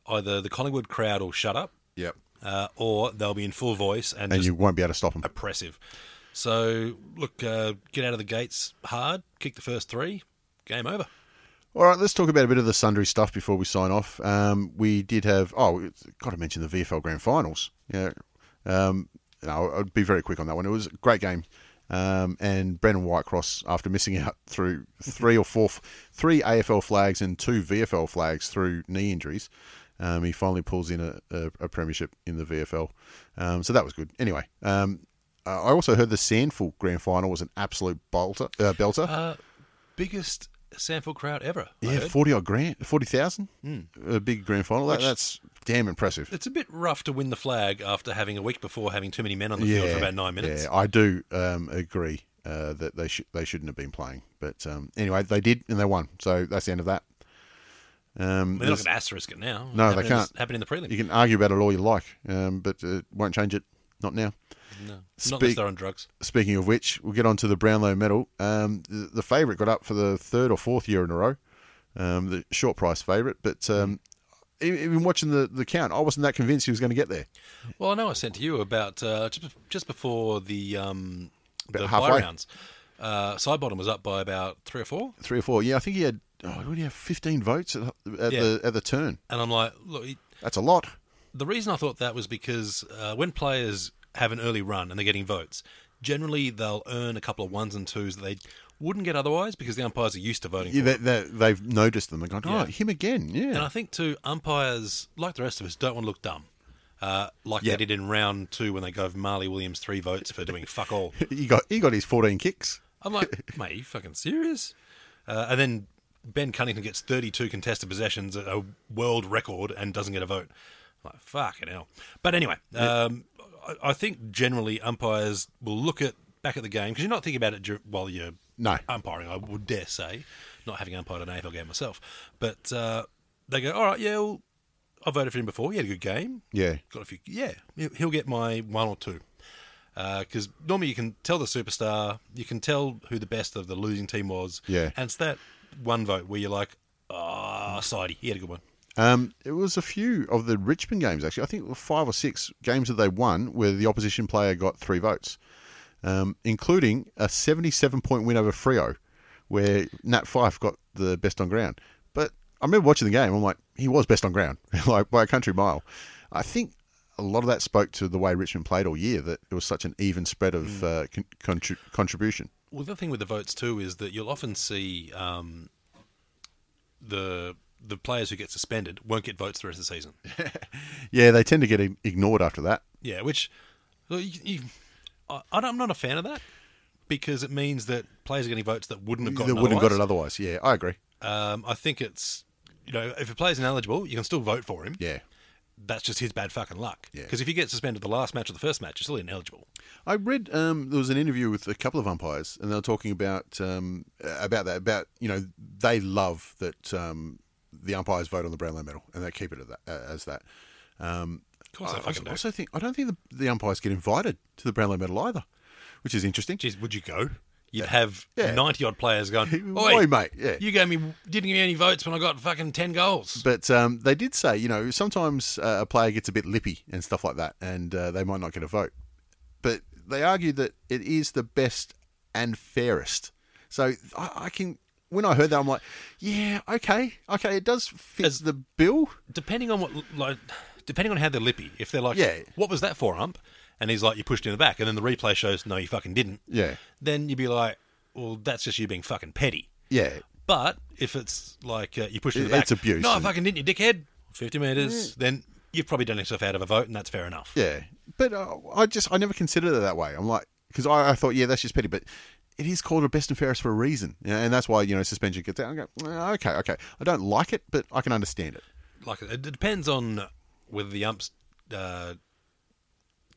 [SPEAKER 2] either the Collingwood crowd will shut up,
[SPEAKER 1] Yep,
[SPEAKER 2] uh, or they'll be in full voice and,
[SPEAKER 1] and
[SPEAKER 2] just
[SPEAKER 1] you won't be able to stop him.
[SPEAKER 2] oppressive. So look, uh, get out of the gates hard, kick the first three, game over.
[SPEAKER 1] All right, let's talk about a bit of the sundry stuff before we sign off. Um, we did have oh, got to mention the VFL Grand Finals. Yeah, um, no, I'd be very quick on that one. It was a great game, um, and Brendan Whitecross, after missing out through three or four, three AFL flags and two VFL flags through knee injuries, um, he finally pulls in a, a, a premiership in the VFL. Um, so that was good. Anyway. Um, uh, I also heard the Sandful Grand Final was an absolute bolter, uh, belter.
[SPEAKER 2] Biggest Sanford crowd ever. I
[SPEAKER 1] Yeah,
[SPEAKER 2] heard. Hmm.
[SPEAKER 1] forty odd grand, forty thousand, a big grand final. That, that's damn impressive.
[SPEAKER 2] It's a bit rough to win the flag after having a week before having too many men on the field for about nine minutes.
[SPEAKER 1] Yeah, I do um, agree uh, that they should they shouldn't have been playing. But um, anyway, they did and they won. So that's the end of that. Um,
[SPEAKER 2] They're not
[SPEAKER 1] this-
[SPEAKER 2] going to asterisk it now.
[SPEAKER 1] No, they
[SPEAKER 2] It's happening in the-
[SPEAKER 1] can't.
[SPEAKER 2] Happening in the prelim.
[SPEAKER 1] you can argue about it all you like, um, but uh, won't change it. Not now.
[SPEAKER 2] no. Not
[SPEAKER 1] speak-
[SPEAKER 2] unless they're on drugs.
[SPEAKER 1] Speaking of which, we'll get on to the Brownlow medal. Um, the, the favourite got up for the third or fourth year in a row, um, the short price favourite. But um, e- even watching the, the count, I wasn't that convinced he was going to get there.
[SPEAKER 2] Well, I know I sent to you about uh, just, just before the um,
[SPEAKER 1] About
[SPEAKER 2] the
[SPEAKER 1] halfway.
[SPEAKER 2] buy rounds. Uh, side bottom was up by about three or four,
[SPEAKER 1] three or four. Yeah, I think he had. Oh, what did he have? Fifteen votes at, at
[SPEAKER 2] Yeah.
[SPEAKER 1] the at the turn.
[SPEAKER 2] and I'm like, look, he-
[SPEAKER 1] That's a lot.
[SPEAKER 2] the reason I thought that was because uh, when players have an early run and they're getting votes, generally they'll earn a couple of ones and twos that they wouldn't get otherwise because the umpires are used to voting.
[SPEAKER 1] Yeah, they,
[SPEAKER 2] for them.
[SPEAKER 1] they, they've noticed them and gone, oh,
[SPEAKER 2] Yeah.
[SPEAKER 1] him again.
[SPEAKER 2] And I
[SPEAKER 1] Yeah,
[SPEAKER 2] think too, umpires like the rest of us don't want to look dumb. Uh, like
[SPEAKER 1] Yeah.
[SPEAKER 2] they did in round two when they gave Marley Williams three votes for doing fuck all.
[SPEAKER 1] he got he got his fourteen kicks.
[SPEAKER 2] I'm like, mate, you fucking serious? Uh, and then Ben Cunnington gets 32 contested possessions, a world record, and doesn't get a vote. I'm like, fucking hell. But anyway, um, I, I think generally umpires will look at back at the game because you're not thinking about it dur- while you're
[SPEAKER 1] No.
[SPEAKER 2] umpiring. I would dare say, not having umpired an AFL game myself, but uh, they go, all right, yeah, well, I voted for him before. He had a good game
[SPEAKER 1] Yeah,
[SPEAKER 2] got a few. Yeah, he'll- he'll get my one or two. Because normally you can tell the superstar, you can tell who the best of the losing team was.
[SPEAKER 1] Yeah.
[SPEAKER 2] and it's that one vote where you're like, ah, sidey, he had a good one.
[SPEAKER 1] um, it was a few of the Richmond games actually. I think it were five or six games that they won where the opposition player got three votes, um, including a seventy-seven point win over Frio, where Nat Fife got the best on ground. But I remember watching the game. I'm like, he was best on ground, like by a country mile. I think a lot of that spoke to the way Richmond played all year that it was such an even spread of uh, con- contri- contribution.
[SPEAKER 2] Well, the other thing with the votes too is that you'll often see um, the the players who get suspended won't get votes the rest of the season.
[SPEAKER 1] Yeah, they tend to get ig- ignored after that.
[SPEAKER 2] Yeah, which well, you, you, I, I'm not a fan of that because it means that players are getting votes that wouldn't
[SPEAKER 1] They
[SPEAKER 2] have gotten.
[SPEAKER 1] wouldn't have got
[SPEAKER 2] otherwise.
[SPEAKER 1] it otherwise. Yeah, I agree.
[SPEAKER 2] Um, I think it's you know if a player's ineligible, you can still vote for him.
[SPEAKER 1] Yeah,
[SPEAKER 2] that's just his bad fucking luck.
[SPEAKER 1] Yeah.
[SPEAKER 2] Because if you get suspended the last match or the first match, you're still ineligible.
[SPEAKER 1] I read um, there was an interview with a couple of umpires, and they were talking about um, about that about you know they love that um, the umpires vote on the Brownlow medal, and they keep it at that, uh, as that. Um,
[SPEAKER 2] Of course they
[SPEAKER 1] I, I
[SPEAKER 2] fucking do.
[SPEAKER 1] also think I don't think the, the umpires get invited to the Brownlow medal either, which is interesting.
[SPEAKER 2] Jeez, would you go? You'd have
[SPEAKER 1] Yeah.
[SPEAKER 2] ninety odd players going.
[SPEAKER 1] Oi,
[SPEAKER 2] Oi,
[SPEAKER 1] mate, yeah.
[SPEAKER 2] You gave me didn't give me any votes when I got fucking ten goals.
[SPEAKER 1] But um, they did say, you know, sometimes uh, a player gets a bit lippy and stuff like that, and uh, they might not get a vote. But they argued that it is the best and fairest. So I, I can, when I heard that, I'm like, yeah, okay, okay, it does fit
[SPEAKER 2] As-
[SPEAKER 1] the bill.
[SPEAKER 2] depending on what like depending on how they're lippy if they're like
[SPEAKER 1] Yeah.
[SPEAKER 2] what was that for ump and he's like you pushed in the back and then the replay shows no you fucking didn't
[SPEAKER 1] Yeah.
[SPEAKER 2] then you'd be like well that's just you being fucking petty
[SPEAKER 1] Yeah,
[SPEAKER 2] but if it's like uh, you pushed in the
[SPEAKER 1] It-
[SPEAKER 2] back
[SPEAKER 1] it's abuse
[SPEAKER 2] no I
[SPEAKER 1] and-
[SPEAKER 2] fucking didn't you dickhead 50 metres then you've probably done yourself out of a vote and that's fair enough
[SPEAKER 1] yeah. But uh, I just, I never considered it that way. I'm like, because I, I thought, yeah, that's just petty, but. It is called a best and fairest for a reason, Yeah, and that's why you know suspension gets out. I go, "Ah, okay, okay. I don't like it, but I can understand it.
[SPEAKER 2] like it depends on whether the umps uh,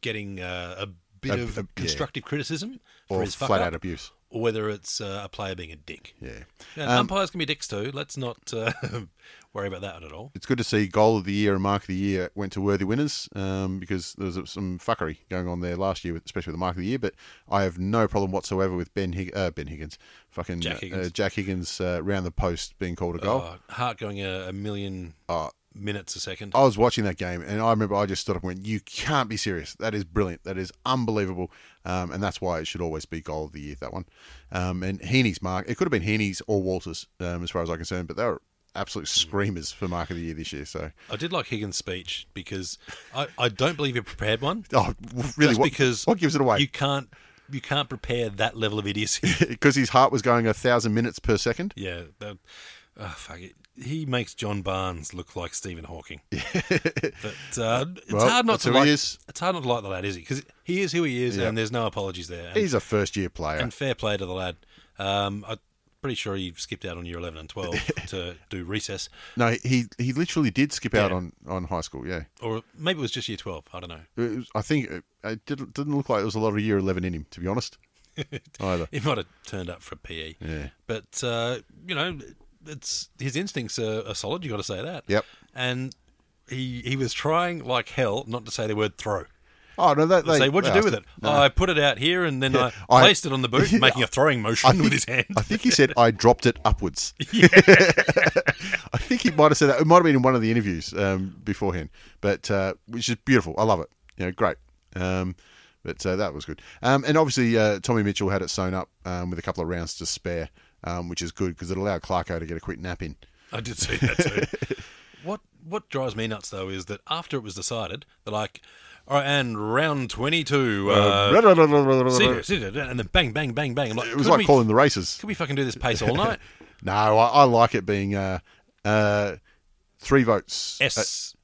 [SPEAKER 2] getting uh, a bit
[SPEAKER 1] A-
[SPEAKER 2] of
[SPEAKER 1] a- yeah.
[SPEAKER 2] constructive criticism for
[SPEAKER 1] Or
[SPEAKER 2] his fuck
[SPEAKER 1] flat
[SPEAKER 2] up,
[SPEAKER 1] out abuse.
[SPEAKER 2] or whether it's uh, a player being a dick
[SPEAKER 1] Yeah. Um,
[SPEAKER 2] And umpires can be dicks too. Let's not uh, worry about that at all.
[SPEAKER 1] it's good to see goal of the year and mark of the year went to worthy winners um, because there was some fuckery going on there last year, especially with the mark of the year. But I have no problem whatsoever with Ben Hig- uh, Ben Higgins, fucking
[SPEAKER 2] Jack Higgins.
[SPEAKER 1] uh, Jack Higgins uh, round the post being called a goal.
[SPEAKER 2] Oh, Hart going a, a million
[SPEAKER 1] Oh.
[SPEAKER 2] minutes a second.
[SPEAKER 1] I was watching that game and I remember I just stood up and went, "You can't be serious! That is brilliant! That is unbelievable!" Um, and that's why it should always be goal of the year. That one um, and Heaney's mark. It could have been Heaney's or Walters, um, as far as I'm concerned, but they were absolute
[SPEAKER 2] Hmm.
[SPEAKER 1] screamers for mark of the year this year. So,
[SPEAKER 2] I did like Higgins' speech because I, I don't believe he prepared one.
[SPEAKER 1] oh, really?
[SPEAKER 2] just
[SPEAKER 1] what,
[SPEAKER 2] because
[SPEAKER 1] what gives it away?
[SPEAKER 2] You can't you can't prepare that level of idiocy.
[SPEAKER 1] because his heart was going a thousand minutes per second.
[SPEAKER 2] yeah. That, oh, fuck it. He makes John Barnes look like Stephen Hawking. but uh, it's
[SPEAKER 1] Well,
[SPEAKER 2] hard not
[SPEAKER 1] that's
[SPEAKER 2] to
[SPEAKER 1] who he
[SPEAKER 2] like.
[SPEAKER 1] is.
[SPEAKER 2] It's hard not to like the lad, is he? Because he is who he is, and there's no apologies there. And-
[SPEAKER 1] He's a first year player.
[SPEAKER 2] And fair play to the lad. Um, I'm pretty sure he skipped out on year 11 and 12 to do recess,
[SPEAKER 1] no, he he literally did skip out
[SPEAKER 2] Yeah.
[SPEAKER 1] on, on high school. Yeah,
[SPEAKER 2] or maybe it was just year 12. I don't know.
[SPEAKER 1] It was- I think it, it didn't, didn't look like there was a lot of year eleven in him, to be honest. Either
[SPEAKER 2] He might have turned up for PE.
[SPEAKER 1] Yeah.
[SPEAKER 2] But uh, you know, it's his instincts are, are solid. You got to say that.
[SPEAKER 1] Yep.
[SPEAKER 2] And he he was trying like hell not to say the word throw.
[SPEAKER 1] oh no, that they
[SPEAKER 2] say what'd you
[SPEAKER 1] they
[SPEAKER 2] do with it?
[SPEAKER 1] asked him. No.
[SPEAKER 2] I put it out here and then
[SPEAKER 1] Yeah,
[SPEAKER 2] I
[SPEAKER 1] I-
[SPEAKER 2] placed it on the boot, making a throwing motion
[SPEAKER 1] I think-
[SPEAKER 2] with his hand.
[SPEAKER 1] I think he said I dropped it upwards. I think he might have said that. It might have been in one of the interviews um, beforehand, but uh, which is beautiful. I love it. You know, great. Um, but uh, that was good. Um, and obviously, uh, Tommy Mitchell had it sewn up um, with a couple of rounds to spare, um, which is good because it allowed Clarko to get a quick nap in.
[SPEAKER 2] I did see that too. what what drives me nuts though is that after it was decided, they're like, all right, and round twenty two, uh, sit here,
[SPEAKER 1] it
[SPEAKER 2] sit here," and then bang, bang, bang, bang. I'm like,
[SPEAKER 1] was
[SPEAKER 2] "Couldn't
[SPEAKER 1] like
[SPEAKER 2] we,
[SPEAKER 1] calling the races.
[SPEAKER 2] could we fucking do this pace all night?
[SPEAKER 1] No, I, I like it being uh, uh, three votes. Uh,
[SPEAKER 2] S. Uh,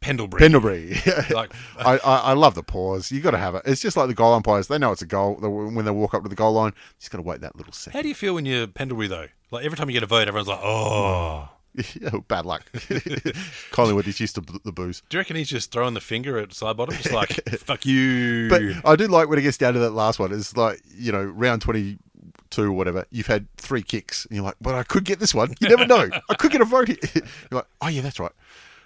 [SPEAKER 2] Pendlebury.
[SPEAKER 1] Pendlebury.
[SPEAKER 2] Like-
[SPEAKER 1] I, I, I love the pause. You got to have it. It's just like the goal umpires. They know it's a goal They- when they walk up to the goal line. Just got to wait that little
[SPEAKER 2] How
[SPEAKER 1] second.
[SPEAKER 2] do you feel when you're Pendlebury though? Like every time you get a vote, everyone's like, oh.
[SPEAKER 1] Yeah, Bad luck. Collingwood is used to the booze.
[SPEAKER 2] Do you reckon he's just throwing the finger at side bottom, just like fuck you?
[SPEAKER 1] But I do like when it gets down to that last one. It's like you know, round twenty two or whatever. You've had three kicks, and you're like, "But I could get this one. You never know. I could get a vote." here." you're like, "Oh yeah, that's right."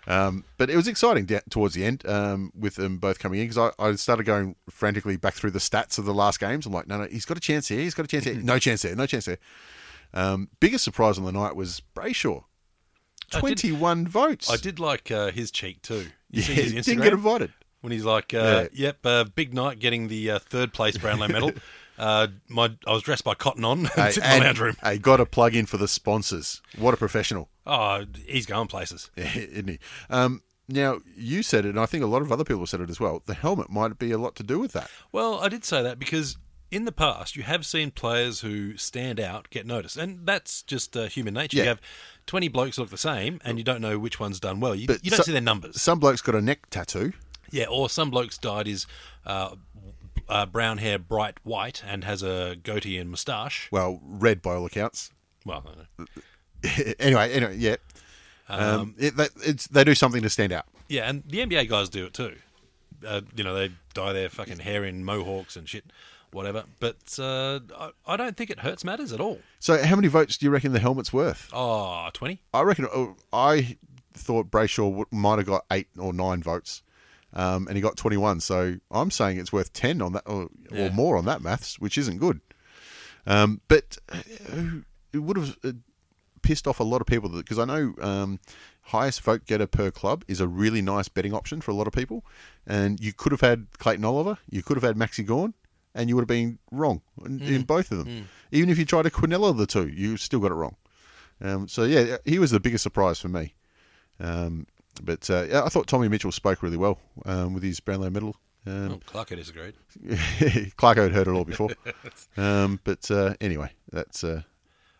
[SPEAKER 1] Um, but it was exciting da- towards the end um, with them both coming in because I, I started going frantically back through the stats of the last games. I'm like, "No, no, he's got a chance here. He's got a chance here. No chance there. No chance there." Um, biggest surprise on the night was Brayshaw,
[SPEAKER 2] I did-
[SPEAKER 1] twenty one votes.
[SPEAKER 2] I did like uh, his cheek too. You
[SPEAKER 1] Yeah,
[SPEAKER 2] see his
[SPEAKER 1] he
[SPEAKER 2] Instagram?
[SPEAKER 1] didn't get invited.
[SPEAKER 2] when he's like, uh,
[SPEAKER 1] Yeah.
[SPEAKER 2] "Yep, uh, big night, getting the uh, third place Brownlow medal." uh, my, I was dressed by Cotton On
[SPEAKER 1] Hey,
[SPEAKER 2] it's in
[SPEAKER 1] and-
[SPEAKER 2] the lounge room.
[SPEAKER 1] hey, got a plug in for the sponsors. What a professional.
[SPEAKER 2] Oh, he's going places.
[SPEAKER 1] isn't he? Um, now you said it, and I think a lot of other people said it as well. The helmet might be a lot to do with that.
[SPEAKER 2] Well, I did say that because in the past you have seen players who stand out get noticed, and that's just uh, human nature. You
[SPEAKER 1] Yeah.
[SPEAKER 2] have twenty blokes look the same, and you don't know which one's done well. You,
[SPEAKER 1] But
[SPEAKER 2] you don't
[SPEAKER 1] so-
[SPEAKER 2] see their numbers.
[SPEAKER 1] Some bloke's got a neck tattoo.
[SPEAKER 2] Yeah, or some blokes dyed his uh, uh, brown hair bright white and has a goatee and moustache.
[SPEAKER 1] Well, red by all accounts.
[SPEAKER 2] Well, I don't know.
[SPEAKER 1] anyway, anyway, yeah. Um, it, that, it's, they do something to stand out.
[SPEAKER 2] Yeah, and the NBA guys do it too. Uh, you know, they dye their fucking hair in mohawks and shit, whatever. But uh, I, I don't think it hurts matters at all.
[SPEAKER 1] So, how many votes do you reckon the helmet's worth?
[SPEAKER 2] Oh, 20?
[SPEAKER 1] I reckon oh, I thought Brayshaw w- might have got eight or nine votes, um, and he got twenty-one. So I'm saying it's worth ten on that, or,
[SPEAKER 2] Yeah.
[SPEAKER 1] or more on that maths, which isn't good. Um, but uh, it would have uh, pissed off a lot of people because I know um, highest vote getter per club is a really nice betting option for a lot of people, and you could have had Clayton Oliver, you could have had Maxi Gorn. And you would have been wrong in, in both of them. Even if you tried to quinella the two, you still got it wrong. Um, so yeah, he was the biggest surprise for me. Um, but uh, yeah, I thought Tommy Mitchell spoke really well um, with his Brownlow medal. Um,
[SPEAKER 2] Oh, Clarko disagreed.
[SPEAKER 1] Clarko had heard it all before. um, but uh, anyway, that's uh,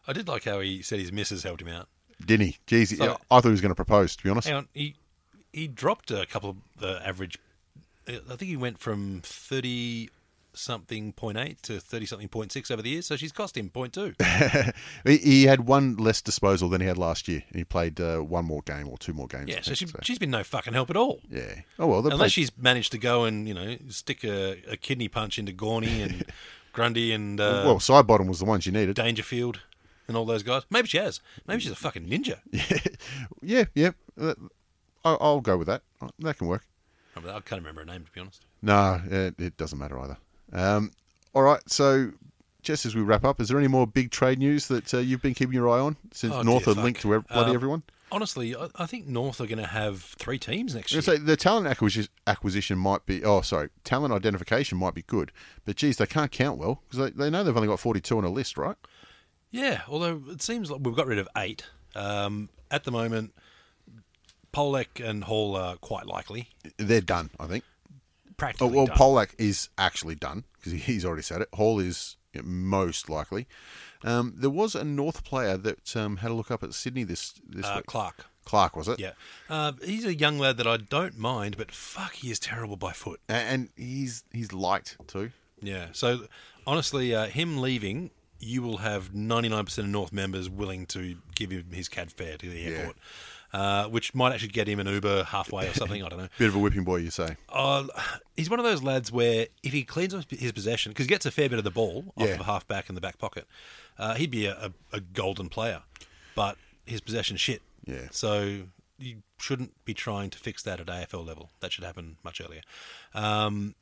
[SPEAKER 2] I did like how he said his missus helped him out.
[SPEAKER 1] Dinny. Jeez,
[SPEAKER 2] So-
[SPEAKER 1] yeah, I thought he was going to propose. To be honest,
[SPEAKER 2] Hang on, he, he dropped a couple of the average. I think he went from 30 something point eight to 30 something point six over the years, so she's cost him point two.
[SPEAKER 1] he, he had one less disposal than he had last year. He played uh, one more game or two more games. I
[SPEAKER 2] Yeah, so
[SPEAKER 1] think,
[SPEAKER 2] she, she's been no fucking help at all.
[SPEAKER 1] yeah. Oh well, they
[SPEAKER 2] Unless
[SPEAKER 1] played-
[SPEAKER 2] she's managed to go and, you know, stick a, a kidney punch into Gorney and Grundy and uh,
[SPEAKER 1] well, side bottom was the one she needed.
[SPEAKER 2] Dangerfield and all those guys. Maybe she has. Maybe she's a fucking ninja.
[SPEAKER 1] yeah, yeah. that- I- I'll go with that. That can work.
[SPEAKER 2] I, mean, I can't remember her name, to be honest.
[SPEAKER 1] No, it, it doesn't matter either. Um, all right, so just as we wrap up, is there any more big trade news that uh, you've been keeping your eye on since
[SPEAKER 2] Oh,
[SPEAKER 1] North
[SPEAKER 2] dear
[SPEAKER 1] are linked
[SPEAKER 2] fuck.
[SPEAKER 1] to ev- bloody
[SPEAKER 2] Um,
[SPEAKER 1] everyone?
[SPEAKER 2] Honestly, I, I think North are going to have three teams next year.
[SPEAKER 1] So the talent acquisition, acquisition might be, oh, sorry, talent identification might be good, but geez, they can't count well because they, they know they've only got 42 on a list, right?
[SPEAKER 2] Yeah, although it seems like we've got rid of eight. Um, at the moment, Polek and Hall are quite likely.
[SPEAKER 1] They're done, I think. Oh,
[SPEAKER 2] Practically.
[SPEAKER 1] well,
[SPEAKER 2] done.
[SPEAKER 1] Polak is actually done because he's already said it. Hall is most likely. Um, there was a North player that um, had a look up at Sydney this, this
[SPEAKER 2] uh,
[SPEAKER 1] week.
[SPEAKER 2] Clark.
[SPEAKER 1] Clark, was it?
[SPEAKER 2] Yeah. Uh, he's a young lad that I don't mind, but fuck, he is terrible by foot.
[SPEAKER 1] A- and he's he's light too.
[SPEAKER 2] Yeah. So, honestly, uh, him leaving, you will have 99% of North members willing to give him his CAD fare to the airport, uh, which might actually get him an Uber halfway or something. I don't know.
[SPEAKER 1] Bit of a whipping boy, you say?
[SPEAKER 2] Uh, he's one of those lads where if he cleans up his possession, because he gets a fair bit of the ball off
[SPEAKER 1] Yeah.
[SPEAKER 2] of a half back in the back pocket, uh, he'd be a, a, a golden player. But his possession shit.
[SPEAKER 1] Yeah.
[SPEAKER 2] So you shouldn't be trying to fix that at AFL level. That should happen much earlier. Um,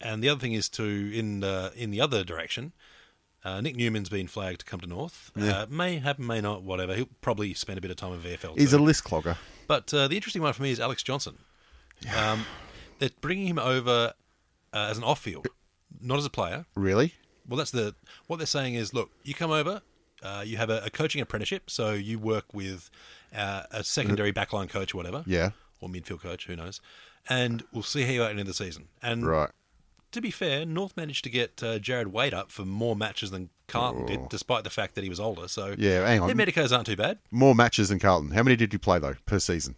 [SPEAKER 2] and the other thing is to in the in the other direction. Uh, Nick Newman's been flagged to come to North. Uh, may happen, may not, whatever. He'll probably spend a bit of time with AFL.
[SPEAKER 1] He's
[SPEAKER 2] too.
[SPEAKER 1] a list clogger.
[SPEAKER 2] But uh, the interesting one for me is Alex Johnson. Um, they're bringing him over uh, as an off-field, not as a player.
[SPEAKER 1] Really?
[SPEAKER 2] Well, that's the what they're saying is, look, you come over, uh, you have a, a coaching apprenticeship, so you work with uh, a secondary backline coach or whatever,
[SPEAKER 1] Mm. Yeah.
[SPEAKER 2] or midfield coach, who knows, and we'll see how you are at the end of the season. And
[SPEAKER 1] Right.
[SPEAKER 2] to be fair, North managed to get uh, Jared Wade up for more matches than Carlton did, despite the fact that he was older. So
[SPEAKER 1] Oh. Yeah, hang on.
[SPEAKER 2] their medicos aren't too bad.
[SPEAKER 1] More matches than Carlton. How many did you play though per season?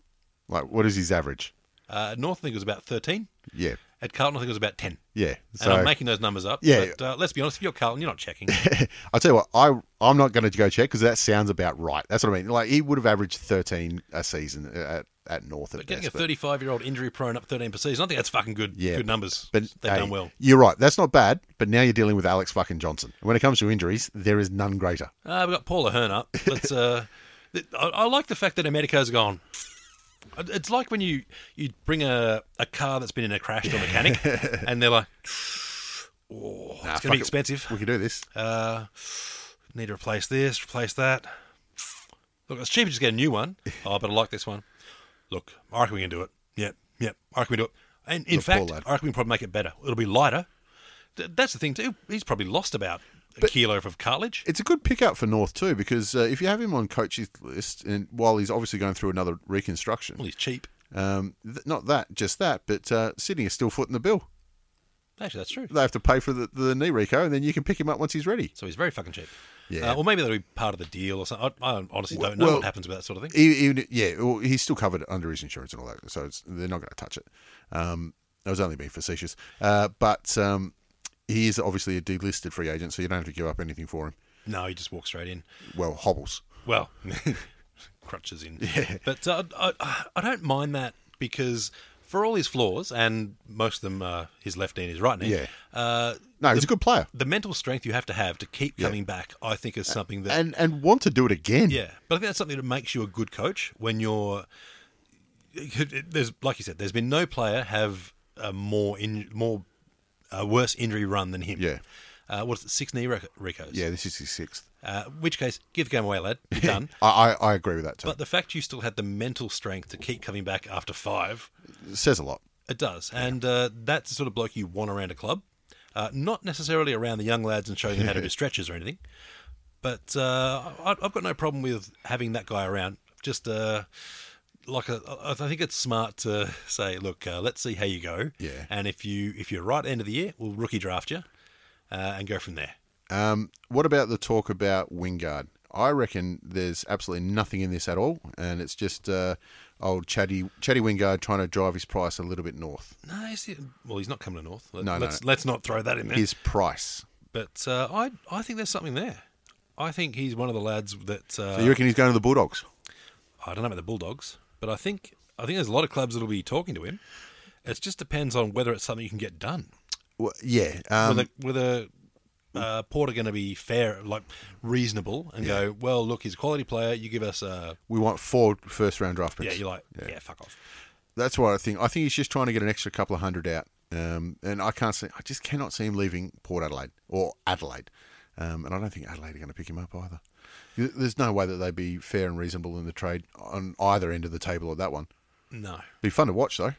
[SPEAKER 1] Like, what is his average?
[SPEAKER 2] Uh, North, I think, it was about thirteen.
[SPEAKER 1] Yeah.
[SPEAKER 2] At Carlton, I think it was about ten.
[SPEAKER 1] Yeah.
[SPEAKER 2] And
[SPEAKER 1] So
[SPEAKER 2] I'm making those numbers up.
[SPEAKER 1] Yeah.
[SPEAKER 2] But uh, let's be honest, if you're Carlton, you're not checking.
[SPEAKER 1] I tell you what, I I'm not going to go check because that sounds about right. That's what I mean. Like he would have averaged 13 a season uh, at at North at
[SPEAKER 2] But getting a
[SPEAKER 1] best, but-
[SPEAKER 2] 35 year old injury prone up 13 per season, I think that's fucking good.
[SPEAKER 1] Yeah,
[SPEAKER 2] Good numbers.
[SPEAKER 1] But
[SPEAKER 2] They've
[SPEAKER 1] hey,
[SPEAKER 2] done well.
[SPEAKER 1] You're right. That's not bad. But now you're dealing with Alex fucking Johnson. When it comes to injuries, there is none greater.
[SPEAKER 2] Uh, we've got Paula Hearn up. Let's, uh, th- I, I like the fact that Americo's gone. It's like when you, you bring a, a car that's been in a crash to a mechanic and they're like, oh, it's going to
[SPEAKER 1] fuck
[SPEAKER 2] be
[SPEAKER 1] it.
[SPEAKER 2] expensive.
[SPEAKER 1] We can do this.
[SPEAKER 2] Uh, need to replace this, replace that. Look, it's cheaper to just get a new one. Oh, but I like this one. Look, I reckon we can do it. Yep, yep. I reckon we do it. And in
[SPEAKER 1] Look, poor
[SPEAKER 2] fact,
[SPEAKER 1] lad.
[SPEAKER 2] I reckon we can probably make it better. It'll be lighter. Th- That's the thing too. He's probably lost about a kilo of cartilage.
[SPEAKER 1] It's a good pickup for North too, because uh, if you have him on coach's list, and while he's obviously going through another reconstruction,
[SPEAKER 2] Well, he's cheap.
[SPEAKER 1] um, th- not that, just that, but uh, Sydney is still footing the bill.
[SPEAKER 2] Actually, that's true.
[SPEAKER 1] They have to pay for the, the knee reco, and then you can pick him up once he's ready.
[SPEAKER 2] So he's very fucking cheap.
[SPEAKER 1] Yeah.
[SPEAKER 2] Uh, or maybe that'll be part of the deal or something. I, I honestly don't know
[SPEAKER 1] Well-
[SPEAKER 2] what happens with that sort of thing.
[SPEAKER 1] E- Even, yeah, well, he's still covered under his insurance and all that, so it's, they're not going to touch it. Um, I was only being facetious, uh, but um, he is obviously a delisted free agent, so you don't have to give up anything for him.
[SPEAKER 2] No, he just walks straight in.
[SPEAKER 1] Well, hobbles.
[SPEAKER 2] Well, crutches in. But uh, I, I don't mind that because for all his flaws, and most of them are his left knee and his right knee,
[SPEAKER 1] Yeah.
[SPEAKER 2] uh,
[SPEAKER 1] No, he's
[SPEAKER 2] the,
[SPEAKER 1] a good player,
[SPEAKER 2] the mental strength you have to have to keep
[SPEAKER 1] Yeah.
[SPEAKER 2] coming back, I think, is something that.
[SPEAKER 1] and and want to do it again.
[SPEAKER 2] yeah. But I think that's something that makes you a good coach when you're. There's, like you said, there's been no player have a more in more a worse injury run than him.
[SPEAKER 1] Yeah.
[SPEAKER 2] Uh, what's it? Six knee rec- recos.
[SPEAKER 1] yeah. This is his sixth.
[SPEAKER 2] Uh, which case, give the game away, lad. You're done.
[SPEAKER 1] I, I I agree with that too.
[SPEAKER 2] But the fact you still had the mental strength to keep coming back after five,
[SPEAKER 1] It says a lot.
[SPEAKER 2] it does. And uh, that's the sort of bloke you want around a club. Uh, not necessarily around the young lads and showing them how to do stretches or anything. But uh, I, I've got no problem with having that guy around. Just uh, like a, I I think it's smart to say, look, uh, let's see how you go.
[SPEAKER 1] Yeah.
[SPEAKER 2] And if you if you're right end of the year, we'll rookie draft you, uh, and go from there.
[SPEAKER 1] Um, what about the talk about Wingard? I reckon there's absolutely nothing in this at all, and it's just uh, old Chatty Chatty Wingard trying to drive his price a little bit north.
[SPEAKER 2] No, he's, well, he's not coming to North. Let,
[SPEAKER 1] No, no,
[SPEAKER 2] let's
[SPEAKER 1] no.
[SPEAKER 2] let's not throw that in there.
[SPEAKER 1] His price.
[SPEAKER 2] But uh, I I think there's something there. I think he's one of the lads that uh,
[SPEAKER 1] So you reckon he's going to the Bulldogs?
[SPEAKER 2] I don't know about the Bulldogs, but I think I think there's a lot of clubs that'll be talking to him. It just depends on whether it's something you can get done.
[SPEAKER 1] Well, yeah. Um,
[SPEAKER 2] whether whether uh, Port are going to be fair, like reasonable, and go well. Look, he's a quality player. You give us a
[SPEAKER 1] we want four first round draft picks.
[SPEAKER 2] yeah. You're like yeah, fuck off.
[SPEAKER 1] That's what I think. I think he's just trying to get an extra couple of hundred out. Um, and I can't see. I just cannot see him leaving Port Adelaide or Adelaide. Um, and I don't think Adelaide are going to pick him up either. Th- There's no way that they'd be fair and reasonable in the trade on either end of the table or that one.
[SPEAKER 2] No.
[SPEAKER 1] Be fun to watch though.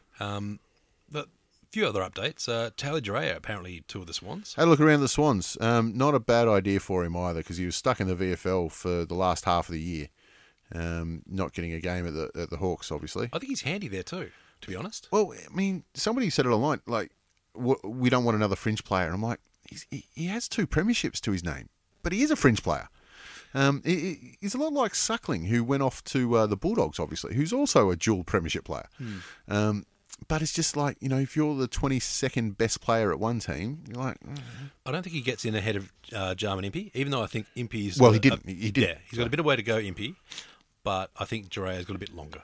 [SPEAKER 2] But a few other updates. Uh, Taylor Jarrell apparently two of the Swans.
[SPEAKER 1] Had a look around the Swans. Um, not a bad idea for him either because he was stuck in the VFL for the last half of the year, um, not getting a game at the at the Hawks, obviously.
[SPEAKER 2] I think he's handy there too. To be honest,
[SPEAKER 1] Well, I mean, somebody said it online, like, w- we don't want another fringe player. And I'm like, he's, he, he has two premierships to his name, but he is a fringe player. Um, he- he, he's a lot like Suckling, who went off to uh, the Bulldogs, obviously, who's also a dual premiership player. Um, but it's just like, you know, if you're the 22nd best player at one team, you're like, mm.
[SPEAKER 2] I don't think he gets in ahead of uh, Jarman Impey, even though I think Impey's
[SPEAKER 1] Well, he
[SPEAKER 2] got
[SPEAKER 1] didn't.
[SPEAKER 2] A,
[SPEAKER 1] He- he didn't.
[SPEAKER 2] Yeah, he's got a bit of way to go, Impey, but I think Jarrea's got a bit longer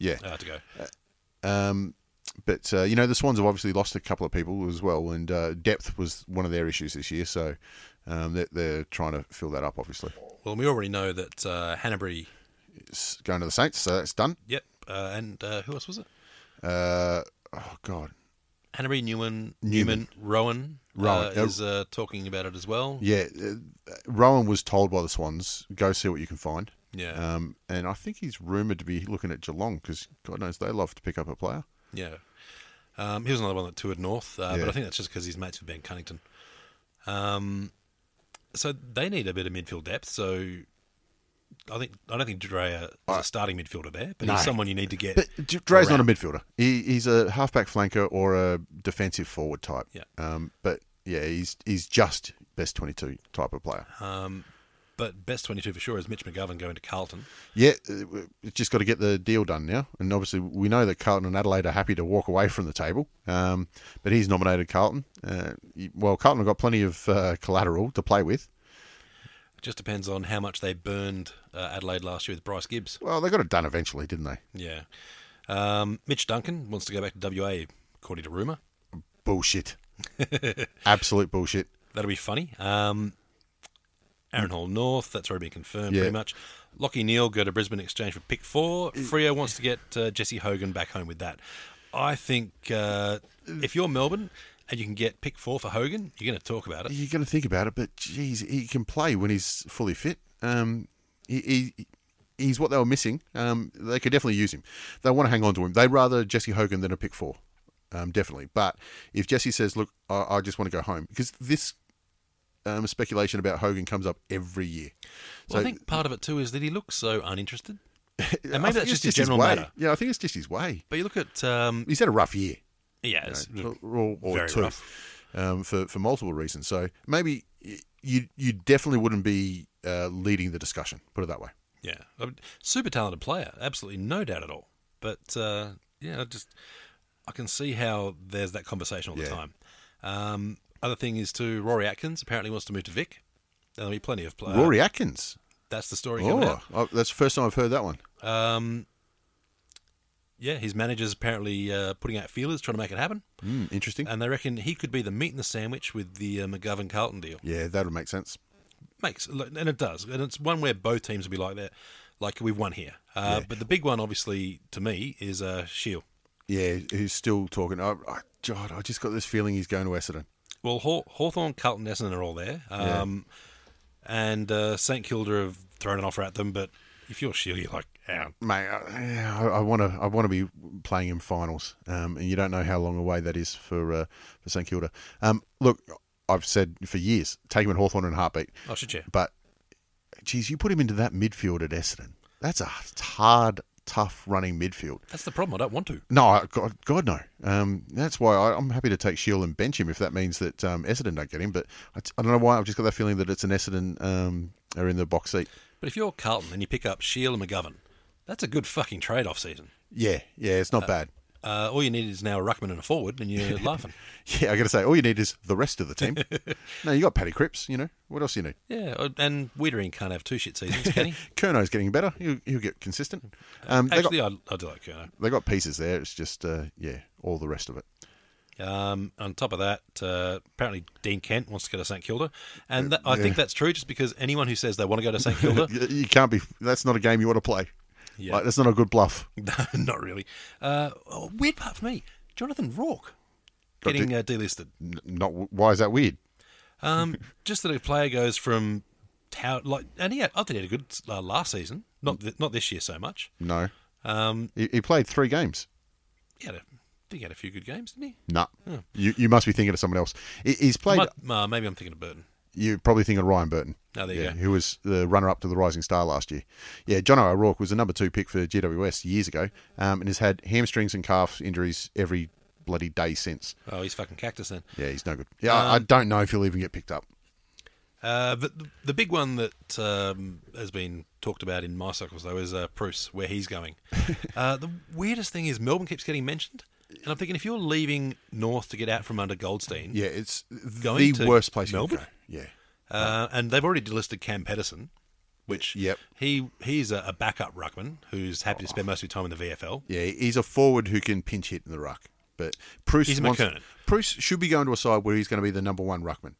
[SPEAKER 1] yeah.
[SPEAKER 2] uh, to go.
[SPEAKER 1] Um, but uh, you know, the Swans have obviously lost a couple of people as well, and uh, depth was one of their issues this year. So um, they're, they're trying to fill that up, obviously.
[SPEAKER 2] Well, we already know that uh, Hanbury.
[SPEAKER 1] It's going to the Saints, so that's done.
[SPEAKER 2] Yep, uh, and uh, who else was it?
[SPEAKER 1] Uh, oh God,
[SPEAKER 2] Hanbury Newman,
[SPEAKER 1] Newman.
[SPEAKER 2] Newman, Rowan.
[SPEAKER 1] Rowan,
[SPEAKER 2] uh,
[SPEAKER 1] yep.
[SPEAKER 2] is uh, talking about it as well.
[SPEAKER 1] yeah. uh, Rowan was told by the Swans, go see what you can find.
[SPEAKER 2] Yeah.
[SPEAKER 1] Um, and I think he's rumored to be looking at Geelong because God knows they love to pick up a player.
[SPEAKER 2] Yeah. Um, he was another one that toured north, uh,
[SPEAKER 1] Yeah.
[SPEAKER 2] but I think that's just because he's mates with Ben Cunnington. Um, so they need a bit of midfield depth. So I think I don't think Drea is a starting midfielder there, but he's someone you need to get.
[SPEAKER 1] But D- Dre's not a midfielder. He, he's a halfback flanker or a defensive forward type.
[SPEAKER 2] Yeah.
[SPEAKER 1] Um, but yeah, he's he's just best twenty two type of player.
[SPEAKER 2] but best twenty-two for sure is Mitch McGovern going to Carlton.
[SPEAKER 1] Yeah, uh, we- it's just got to get the deal done now. And obviously, we know that Carlton and Adelaide are happy to walk away from the table. Um, but he's nominated Carlton. Uh, he- well, Carlton have got plenty of uh, collateral to play with.
[SPEAKER 2] It just depends on how much they burned uh, Adelaide last year with Bryce Gibbs.
[SPEAKER 1] Well, they got it done eventually, didn't they?
[SPEAKER 2] Yeah. Um, Mitch Duncan wants to go back to WA, according to rumour.
[SPEAKER 1] Bullshit. Absolute bullshit.
[SPEAKER 2] That'll be funny. Um, Aaron Hall North, that's already been confirmed
[SPEAKER 1] Yeah.
[SPEAKER 2] pretty much. Lockie Neal go to Brisbane Exchange for pick four. Frio wants to get uh, Jesse Hogan back home with that. I think uh, if you're Melbourne and you can get pick four for Hogan, you're going to talk about it.
[SPEAKER 1] You got to think about it, but geez, he can play when he's fully fit. Um, he, he he's what they were missing. Um, they could definitely use him. They want to hang on to him. They'd rather Jesse Hogan than a pick four, um, definitely. But if Jesse says, "Look, I, I just want to go home," because this um, speculation about Hogan comes up every year.
[SPEAKER 2] Well, I
[SPEAKER 1] so-
[SPEAKER 2] think part of it too is that he looks so uninterested.
[SPEAKER 1] I
[SPEAKER 2] And maybe
[SPEAKER 1] think
[SPEAKER 2] that's
[SPEAKER 1] it's
[SPEAKER 2] just, a general
[SPEAKER 1] way.
[SPEAKER 2] matter.
[SPEAKER 1] Yeah, I think it's just his way.
[SPEAKER 2] But you look at um,
[SPEAKER 1] He's had a rough year.
[SPEAKER 2] yeah,
[SPEAKER 1] know,
[SPEAKER 2] it's-
[SPEAKER 1] or, or
[SPEAKER 2] very
[SPEAKER 1] two,
[SPEAKER 2] rough.
[SPEAKER 1] um, for for multiple reasons. So maybe y- you you definitely wouldn't be uh, leading the discussion. Put it that way.
[SPEAKER 2] Yeah, I mean, super talented player, absolutely no doubt at all. But uh, yeah, I just I can see how there's that conversation all the
[SPEAKER 1] Yeah.
[SPEAKER 2] time. Um,
[SPEAKER 1] Uh,
[SPEAKER 2] other thing is too, Rory Atkins apparently wants to move to Vic. There'll be plenty of players.
[SPEAKER 1] Rory Atkins.
[SPEAKER 2] That's the story coming
[SPEAKER 1] Oh,
[SPEAKER 2] out.
[SPEAKER 1] oh, that's the first time I've heard that one.
[SPEAKER 2] Um, yeah, his manager's apparently uh, putting out feelers, trying to make it happen,
[SPEAKER 1] Mm, interesting.
[SPEAKER 2] and they reckon he could be the meat in the sandwich with the uh, McGovern Carlton deal.
[SPEAKER 1] yeah, that would make sense.
[SPEAKER 2] Makes and it does, and it's one where both teams will be like that, like we've won here. Uh, But the big one, obviously, to me, is uh, Shield.
[SPEAKER 1] Yeah, he's still talking. I, I, God, I just got this feeling he's going to Essendon.
[SPEAKER 2] Well, Haw- Hawthorne, Carlton, Essendon are all there. Um, And uh, St Kilda have thrown an offer at them, but if you're Shield, you're like, "Ah, ow.
[SPEAKER 1] Mate, I I want to. I want to be playing in finals, um, and you don't know how long away that is for uh, for St Kilda. Um, look, I've said for years, take him at Hawthorn in a heartbeat.
[SPEAKER 2] Oh, shit, yeah.
[SPEAKER 1] But, geez, you put him into that midfield at Essendon. That's a hard, tough running midfield.
[SPEAKER 2] That's the problem. I don't want to.
[SPEAKER 1] No, I- God, God no. Um, that's why I, I'm happy to take Shield and bench him if that means that um, Essendon don't get him. But I, t- I don't know why. I've just got that feeling that it's an Essendon um, are in the box seat.
[SPEAKER 2] But if you're Carlton and you pick up Shield and McGovern, that's a good fucking trade off season.
[SPEAKER 1] Yeah, yeah, it's not bad.
[SPEAKER 2] Uh, all you need is now a ruckman and a forward, and you're laughing.
[SPEAKER 1] Yeah, I got to say, all you need is the rest of the team. no, you got Paddy Cripps. You know what else you need?
[SPEAKER 2] Yeah, uh, and Wiedering can't have two shit seasons, can he?
[SPEAKER 1] Kerno's getting better. He'll, he'll get consistent. Um, they
[SPEAKER 2] Actually,
[SPEAKER 1] got
[SPEAKER 2] I, I do like Kerno.
[SPEAKER 1] they got pieces there. It's just uh, yeah, all the rest of it.
[SPEAKER 2] Um, on top of that, uh, apparently Dean Kent wants to go to St Kilda, and
[SPEAKER 1] Uh,
[SPEAKER 2] that, I think that's true. Just because anyone who says they want to go to St Kilda,
[SPEAKER 1] You you can't be. That's not a game you want to play.
[SPEAKER 2] Yeah.
[SPEAKER 1] Like, that's not a good bluff.
[SPEAKER 2] No, not really. Uh, oh, weird part for me, Jonathan Rourke
[SPEAKER 1] Got
[SPEAKER 2] getting
[SPEAKER 1] de-
[SPEAKER 2] uh, delisted.
[SPEAKER 1] N- Not why is that weird?
[SPEAKER 2] Um, just that a player goes from tower like, and he had, I think he had a good uh, last season, not th- not this year so much.
[SPEAKER 1] No,
[SPEAKER 2] Um,
[SPEAKER 1] he, he played three games.
[SPEAKER 2] he had a, I think he had a few good games, didn't he?
[SPEAKER 1] No, you you must be thinking of someone else. He- He's played.
[SPEAKER 2] Might- uh, maybe I'm thinking of Burton.
[SPEAKER 1] You're probably thinking of Ryan Burton.
[SPEAKER 2] Oh, there you
[SPEAKER 1] yeah,
[SPEAKER 2] go.
[SPEAKER 1] Who was the runner-up to the Rising Star last year? Yeah, John O'Rourke was the number two pick for GWS years ago, um, and has had hamstrings and calf injuries every bloody day since.
[SPEAKER 2] Oh, he's fucking cactus then.
[SPEAKER 1] Yeah, he's no good. Yeah, I I
[SPEAKER 2] Um,
[SPEAKER 1] don't know if he'll even get picked up.
[SPEAKER 2] Uh, but the, the big one that um, has been talked about in my circles though is uh, Bruce, where he's going. uh, the weirdest thing is Melbourne keeps getting mentioned, and I'm thinking if you're leaving North to get out from under Goldstein,
[SPEAKER 1] Yeah, it's
[SPEAKER 2] Going
[SPEAKER 1] the
[SPEAKER 2] to
[SPEAKER 1] worst place you could
[SPEAKER 2] Melbourne?
[SPEAKER 1] go. Yeah,
[SPEAKER 2] Uh, and they've already delisted Cam Pedersen, which
[SPEAKER 1] Yep.
[SPEAKER 2] he he's a, a backup ruckman who's happy to spend most of his time in the VFL.
[SPEAKER 1] yeah, he's a forward who can pinch hit in the ruck. But Bruce
[SPEAKER 2] He's a
[SPEAKER 1] wants,
[SPEAKER 2] McKernan.
[SPEAKER 1] Bruce should be going to a side where he's going to be the number one ruckman.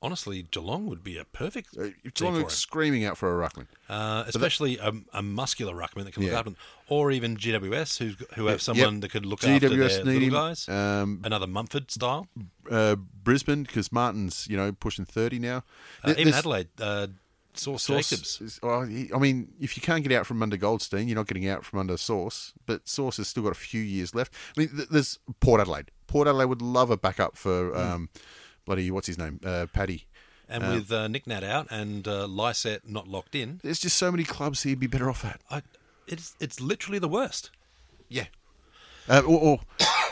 [SPEAKER 2] Honestly, Geelong would be a perfect
[SPEAKER 1] Uh,
[SPEAKER 2] team
[SPEAKER 1] Geelong
[SPEAKER 2] for
[SPEAKER 1] are
[SPEAKER 2] him.
[SPEAKER 1] screaming out for a ruckman.
[SPEAKER 2] uh, especially a, a muscular ruckman that can look
[SPEAKER 1] Yeah.
[SPEAKER 2] after them, or even GWS who who have
[SPEAKER 1] Yep.
[SPEAKER 2] someone that could look after
[SPEAKER 1] GWS
[SPEAKER 2] their
[SPEAKER 1] need
[SPEAKER 2] little
[SPEAKER 1] him,
[SPEAKER 2] guys.
[SPEAKER 1] um,
[SPEAKER 2] Another Mumford style.
[SPEAKER 1] uh, Brisbane because Martin's you know pushing thirty now.
[SPEAKER 2] Uh,
[SPEAKER 1] Th-
[SPEAKER 2] even
[SPEAKER 1] this-
[SPEAKER 2] Adelaide, uh, Source
[SPEAKER 1] Sauce
[SPEAKER 2] Jacobs.
[SPEAKER 1] is- well, he- I mean, if you can't get out from under Goldstein, you're not getting out from under Source. But Source has still got a few years left. I mean, th- there's Port Adelaide. Port Adelaide would love a backup
[SPEAKER 2] Mm.
[SPEAKER 1] for um, bloody what's his name, uh, Paddy.
[SPEAKER 2] And with uh, Nick Nat out and uh, Lyset not locked in,
[SPEAKER 1] There's just so many clubs he'd be better off at.
[SPEAKER 2] I, it's it's literally the worst.
[SPEAKER 1] Yeah. Uh, or, or,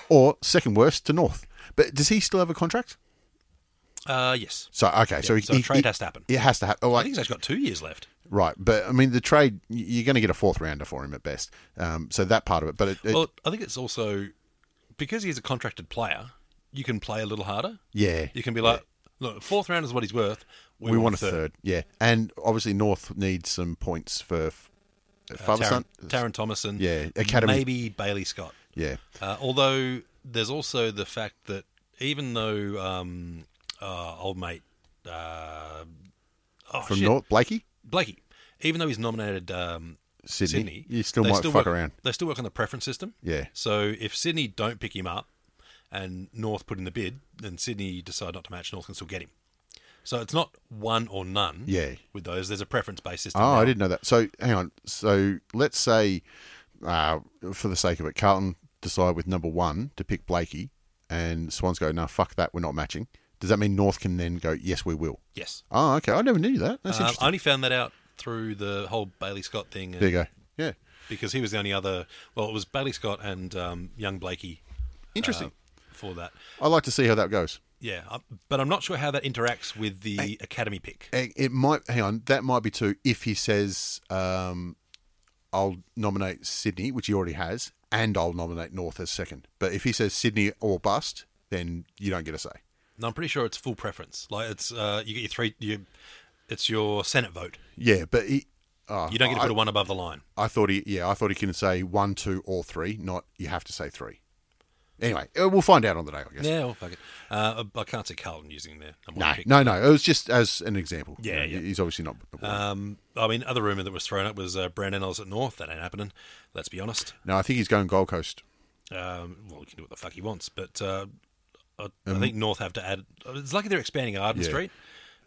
[SPEAKER 1] or second worst to North. But does he still have a contract?
[SPEAKER 2] Uh, yes,
[SPEAKER 1] So okay, so, he,
[SPEAKER 2] so a
[SPEAKER 1] he-
[SPEAKER 2] trade
[SPEAKER 1] he-
[SPEAKER 2] has to happen.
[SPEAKER 1] It has to happen. Oh,
[SPEAKER 2] I think he's actually got two years left.
[SPEAKER 1] Right, but I mean the trade. y- You're going to get a fourth rounder for him at best. Um, so that part of it, but it, it-
[SPEAKER 2] Well, I think it's also because he's a contracted player, you can play a little harder.
[SPEAKER 1] yeah,
[SPEAKER 2] You can be like, look, fourth round is what he's worth.
[SPEAKER 1] we, want, a third. Yeah, and obviously North needs some points for f- father
[SPEAKER 2] Taron,
[SPEAKER 1] son.
[SPEAKER 2] Taron Thomason.
[SPEAKER 1] Yeah, academy.
[SPEAKER 2] Maybe Bailey Scott.
[SPEAKER 1] Yeah,
[SPEAKER 2] Uh, although there's also the fact that even though um, uh, old mate uh, oh,
[SPEAKER 1] from
[SPEAKER 2] shit,
[SPEAKER 1] North Blakey,
[SPEAKER 2] Blakey, even though he's nominated um,
[SPEAKER 1] Sydney,
[SPEAKER 2] Sydney,
[SPEAKER 1] you still
[SPEAKER 2] they
[SPEAKER 1] might fuck
[SPEAKER 2] work,
[SPEAKER 1] around.
[SPEAKER 2] They still work on the preference system.
[SPEAKER 1] Yeah.
[SPEAKER 2] So if Sydney don't pick him up, and North put in the bid, then Sydney decide not to match. North can still get him. So it's not one or none.
[SPEAKER 1] Yeah.
[SPEAKER 2] With those, there's a preference based system.
[SPEAKER 1] Oh, I
[SPEAKER 2] now.
[SPEAKER 1] didn't know that. So hang on. So let's say, uh, for the sake of it, Carlton decide with number one to pick Blakey, and Swans go, "No, fuck that. We're not matching." Does that mean North can then go, "Yes, we will"?
[SPEAKER 2] Yes.
[SPEAKER 1] Oh, okay. I never knew that. That's
[SPEAKER 2] Um, I
[SPEAKER 1] interesting.
[SPEAKER 2] only found that out through the whole Bailey Scott thing. and-
[SPEAKER 1] There you go. Yeah,
[SPEAKER 2] Because he was the only other. Well, it was Bailey Scott and um, young Blakey.
[SPEAKER 1] interesting.
[SPEAKER 2] uh, for that.
[SPEAKER 1] I'd like to see how that goes.
[SPEAKER 2] Yeah. I- But I'm not sure how that interacts with the academy pick.
[SPEAKER 1] It, it might hang on. That might be too. If he says, um, "I'll nominate Sydney," which he already has, and I'll nominate North as second. But if he says Sydney or bust, then you don't get a say.
[SPEAKER 2] No, I'm pretty sure it's full preference. Like it's uh, you get your three. You It's your Senate vote.
[SPEAKER 1] Yeah, but he. oh,
[SPEAKER 2] You don't get to
[SPEAKER 1] I-
[SPEAKER 2] put a one above the line.
[SPEAKER 1] I thought he, yeah, I thought he can say one, two, or three. Not you have to say three. Anyway, uh, we'll find out on the day, I guess.
[SPEAKER 2] Yeah, well, fuck it. Uh, I can't see Carlton using their number one
[SPEAKER 1] No,
[SPEAKER 2] pick.
[SPEAKER 1] no, no. It was just as an example.
[SPEAKER 2] Yeah,
[SPEAKER 1] You know,
[SPEAKER 2] yeah.
[SPEAKER 1] He's obviously not.
[SPEAKER 2] Um, I mean, other rumor that was thrown up was uh, Brandon Ellis at North. That ain't happening. Let's be honest.
[SPEAKER 1] no, I think he's going Gold Coast.
[SPEAKER 2] Um, well, he can do what the fuck he wants, but uh, I, I think North have to add. It's lucky they're expanding Arden
[SPEAKER 1] Yeah.
[SPEAKER 2] Street.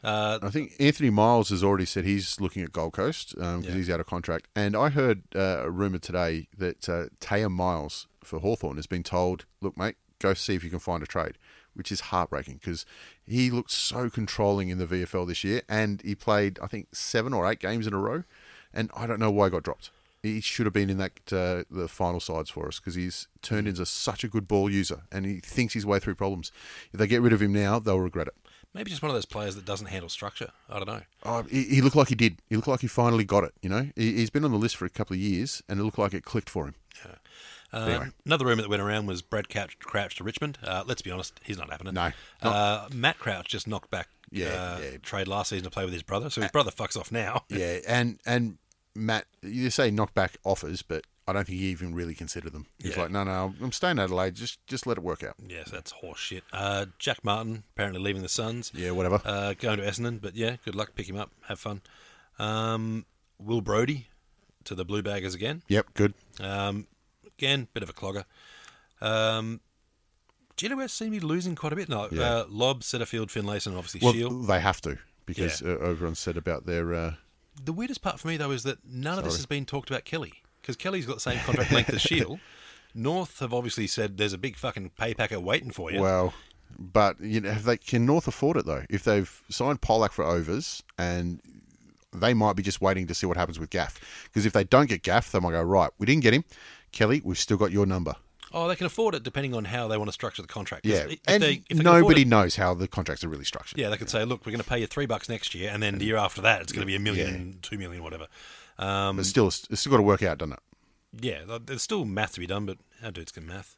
[SPEAKER 1] I think Anthony Miles has already said he's looking at Gold Coast because he's out of contract. And I heard uh, a rumor today that uh, Taya Miles for Hawthorn has been told, look, mate, go see if you can find a trade, which is heartbreaking because he looked so controlling in the VFL this year and he played, I think, seven or eight games in a row. And I don't know why he got dropped. He should have been in that uh, the final sides for us because he's turned into such a good ball user and he thinks his way through problems. If they get rid of him now, they'll regret it.
[SPEAKER 2] Maybe just one of those players that doesn't handle structure. I don't know.
[SPEAKER 1] Oh, he, he looked like he did. He looked like he finally got it. You know, he, he's been on the list for a couple of years, and it looked like it clicked for him.
[SPEAKER 2] Uh,
[SPEAKER 1] Anyway.
[SPEAKER 2] Another rumor that went around was Brad Crouch, Crouch to Richmond. Uh, let's be honest, he's not happening.
[SPEAKER 1] No,
[SPEAKER 2] Uh, Matt Crouch just knocked back
[SPEAKER 1] Yeah,
[SPEAKER 2] uh,
[SPEAKER 1] yeah. Uh,
[SPEAKER 2] trade last season to play with his brother, so his brother fucks off now.
[SPEAKER 1] Yeah, and and Matt, you say knockback offers, but I don't think he even really considered them. He's
[SPEAKER 2] Yeah.
[SPEAKER 1] like, no, no, I'm staying in Adelaide. Just just let it work out.
[SPEAKER 2] Yes, that's horse shit. Uh, Jack Martin apparently leaving the Suns.
[SPEAKER 1] Yeah, whatever.
[SPEAKER 2] Uh, going to Essendon, but yeah, good luck. Pick him up. Have fun. Um, Will Brody to the Blue Baggers again.
[SPEAKER 1] yep, good.
[SPEAKER 2] Um, again, bit of a clogger. Um, GWS seem to be losing quite a bit now. Uh, Lob, Setterfield, Finlayson, obviously
[SPEAKER 1] Well,
[SPEAKER 2] Shield.
[SPEAKER 1] they have to because uh, everyone said about their. Uh,
[SPEAKER 2] The weirdest part for me though is that none of this has been talked about Kelly because Kelly's got the same contract length as Shield. North have obviously said there's a big fucking pay packet waiting for you.
[SPEAKER 1] Well, but you know, have they can North afford it though? If they've signed Pollack for overs, and they might be just waiting to see what happens with Gaff, because if they don't get Gaff, they might go right. We didn't get him, Kelly. We've still got your number.
[SPEAKER 2] Oh, they can afford it depending on how they want to structure the contract. 'Cause
[SPEAKER 1] Yeah,
[SPEAKER 2] if
[SPEAKER 1] and
[SPEAKER 2] they- if they can afford
[SPEAKER 1] nobody
[SPEAKER 2] it-
[SPEAKER 1] knows how the contracts are really structured.
[SPEAKER 2] yeah, they could say, look, we're going to pay you three bucks next year, and then the year after that, it's going to be a million, two million, whatever. Um,
[SPEAKER 1] but still, it's, it's still got to work out, doesn't it?
[SPEAKER 2] yeah, th- there's still math to be done, but our dudes can math.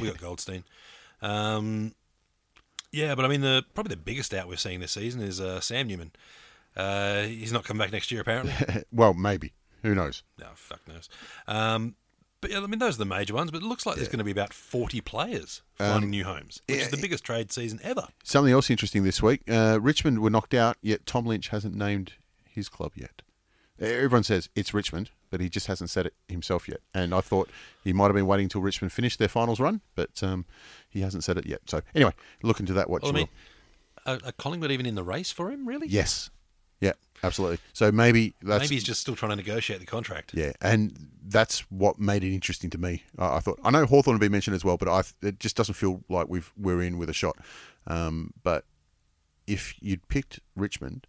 [SPEAKER 2] we got Goldstein. Um, yeah, but I mean, the probably the biggest out we're seeing this season is uh, Sam Newman. Uh, he's not coming back next year, apparently.
[SPEAKER 1] Well, maybe. Who knows?
[SPEAKER 2] No, fuck knows. Um, but yeah, I mean, those are the major ones. But it looks like there's going to be about 40 players finding new homes, which is the biggest trade season ever.
[SPEAKER 1] Something else interesting this week. Uh, Richmond were knocked out, yet Tom Lynch hasn't named his club yet. E, Everyone says it's Richmond, but he just hasn't said it himself yet. And I thought he might have been waiting till Richmond finished their finals run, but um, he hasn't said it yet. So anyway, look into that. What
[SPEAKER 2] Well, I
[SPEAKER 1] you
[SPEAKER 2] mean,
[SPEAKER 1] will.
[SPEAKER 2] are, are Collingwood even in the race for him, really?
[SPEAKER 1] Yes, yeah, absolutely. So maybe that's
[SPEAKER 2] Maybe he's just still trying to negotiate the contract.
[SPEAKER 1] Yeah, and that's what made it interesting to me. I, I thought I know Hawthorn had been mentioned as well, but I it just doesn't feel like we've we're in with a shot. Um, but if you'd picked Richmond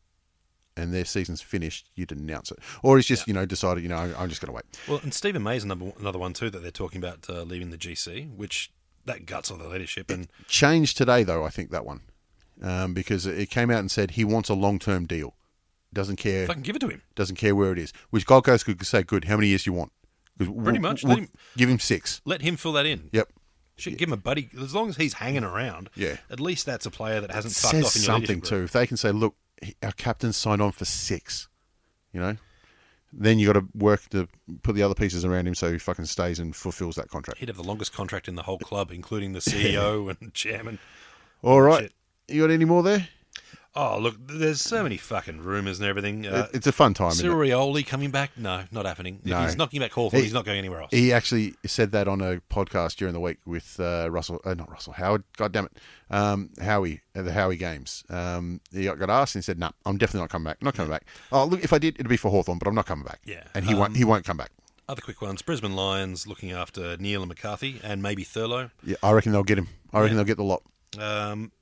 [SPEAKER 1] and their season's finished, you'd announce it, or it's just you know decided you know I- I'm just going to wait.
[SPEAKER 2] Well, and Stephen May's another one- another one too that they're talking about uh, leaving the GC, which that guts on the leadership. And
[SPEAKER 1] Changed today though, I think that one um, because it came out and said he wants a long term deal, doesn't care
[SPEAKER 2] fucking give it to him.
[SPEAKER 1] doesn't care where it is. Which Gold Coast could say, good, how many years do you want? 'Cause
[SPEAKER 2] Pretty much, let him-
[SPEAKER 1] give him six.
[SPEAKER 2] Let him fill that in.
[SPEAKER 1] Yep.
[SPEAKER 2] Shit, give him a buddy. As long as he's hanging around,
[SPEAKER 1] Yeah.
[SPEAKER 2] At least that's a player that hasn't fucked
[SPEAKER 1] says
[SPEAKER 2] off in your
[SPEAKER 1] something
[SPEAKER 2] leadership group.
[SPEAKER 1] too. If they can say, "Look, he- our captain signed on for six, you know, then you got to work to put the other pieces around him so he fucking stays and fulfills that contract.
[SPEAKER 2] He'd have the longest contract in the whole club, including the CEO and chairman.
[SPEAKER 1] All right,
[SPEAKER 2] Shit.
[SPEAKER 1] you got any more there?
[SPEAKER 2] Oh, look, there's so many fucking rumours and everything. Uh,
[SPEAKER 1] It- it's a fun time. Isn't it?
[SPEAKER 2] Sirioli coming back? No, not happening. If
[SPEAKER 1] No.
[SPEAKER 2] he's knocking back Hawthorn,
[SPEAKER 1] He-
[SPEAKER 2] he's not going anywhere else.
[SPEAKER 1] He actually said that on a podcast during the week with uh, Russell, uh, not Russell Howard. God damn it, um, Howie at the Howie games. Um, he got asked and he said, "No, I'm definitely not coming back. Not coming back. Oh, look, if I did, it'd be for Hawthorn, but I'm not coming back.
[SPEAKER 2] Yeah. Um,
[SPEAKER 1] and he won't. He won't come back.
[SPEAKER 2] Other quick ones: Brisbane Lions looking after Neil and McCarthy, and maybe Thurlow.
[SPEAKER 1] Yeah, I reckon they'll get him. I reckon they'll get the lot.
[SPEAKER 2] Um,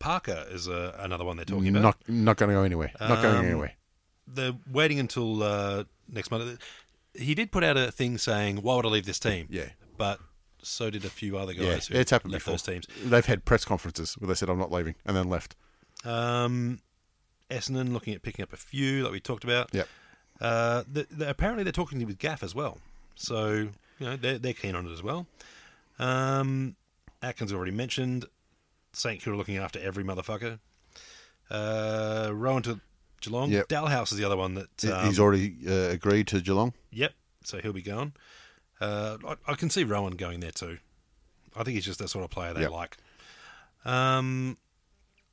[SPEAKER 2] Parker is uh, another one they're talking about.
[SPEAKER 1] Not not going to go anywhere. Not
[SPEAKER 2] Um,
[SPEAKER 1] going anywhere.
[SPEAKER 2] they're waiting until uh, next month. He did put out a thing saying, "Why would I leave this team?"
[SPEAKER 1] Yeah.
[SPEAKER 2] but so did a few other
[SPEAKER 1] Yeah,
[SPEAKER 2] guys who
[SPEAKER 1] it's happened
[SPEAKER 2] left
[SPEAKER 1] before.
[SPEAKER 2] those teams.
[SPEAKER 1] They've had press conferences where they said I'm not leaving and then left.
[SPEAKER 2] Um, Essendon looking at picking up a few, like we talked about.
[SPEAKER 1] Yep.
[SPEAKER 2] Uh, th th- apparently, they're talking with Gaff as well, so you know they're, they're keen on it as well. Um, Atkins already mentioned St Kilda looking after every motherfucker. Uh, Rowan to Geelong.
[SPEAKER 1] Yep.
[SPEAKER 2] Dalhouse is the other one that um,
[SPEAKER 1] He's already uh, agreed to Geelong.
[SPEAKER 2] Yep. So he'll be going. Uh, I, I can see Rowan going there too. I think he's just that sort of player they
[SPEAKER 1] Yep.
[SPEAKER 2] like. Um,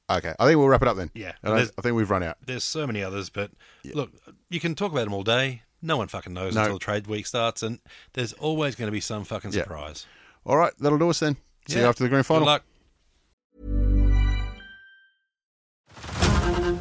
[SPEAKER 1] Okay, I think we'll wrap it up then.
[SPEAKER 2] Yeah.
[SPEAKER 1] I, don't-
[SPEAKER 2] There's-
[SPEAKER 1] I think we've run out.
[SPEAKER 2] there's so many others, but look, you can talk about them all day. No one fucking knows
[SPEAKER 1] No.
[SPEAKER 2] until trade week starts, and there's always going to be some fucking
[SPEAKER 1] Yeah.
[SPEAKER 2] surprise.
[SPEAKER 1] All right, that'll do us then. See you
[SPEAKER 2] Yeah.
[SPEAKER 1] after the grand
[SPEAKER 2] Good
[SPEAKER 1] final.
[SPEAKER 2] luck.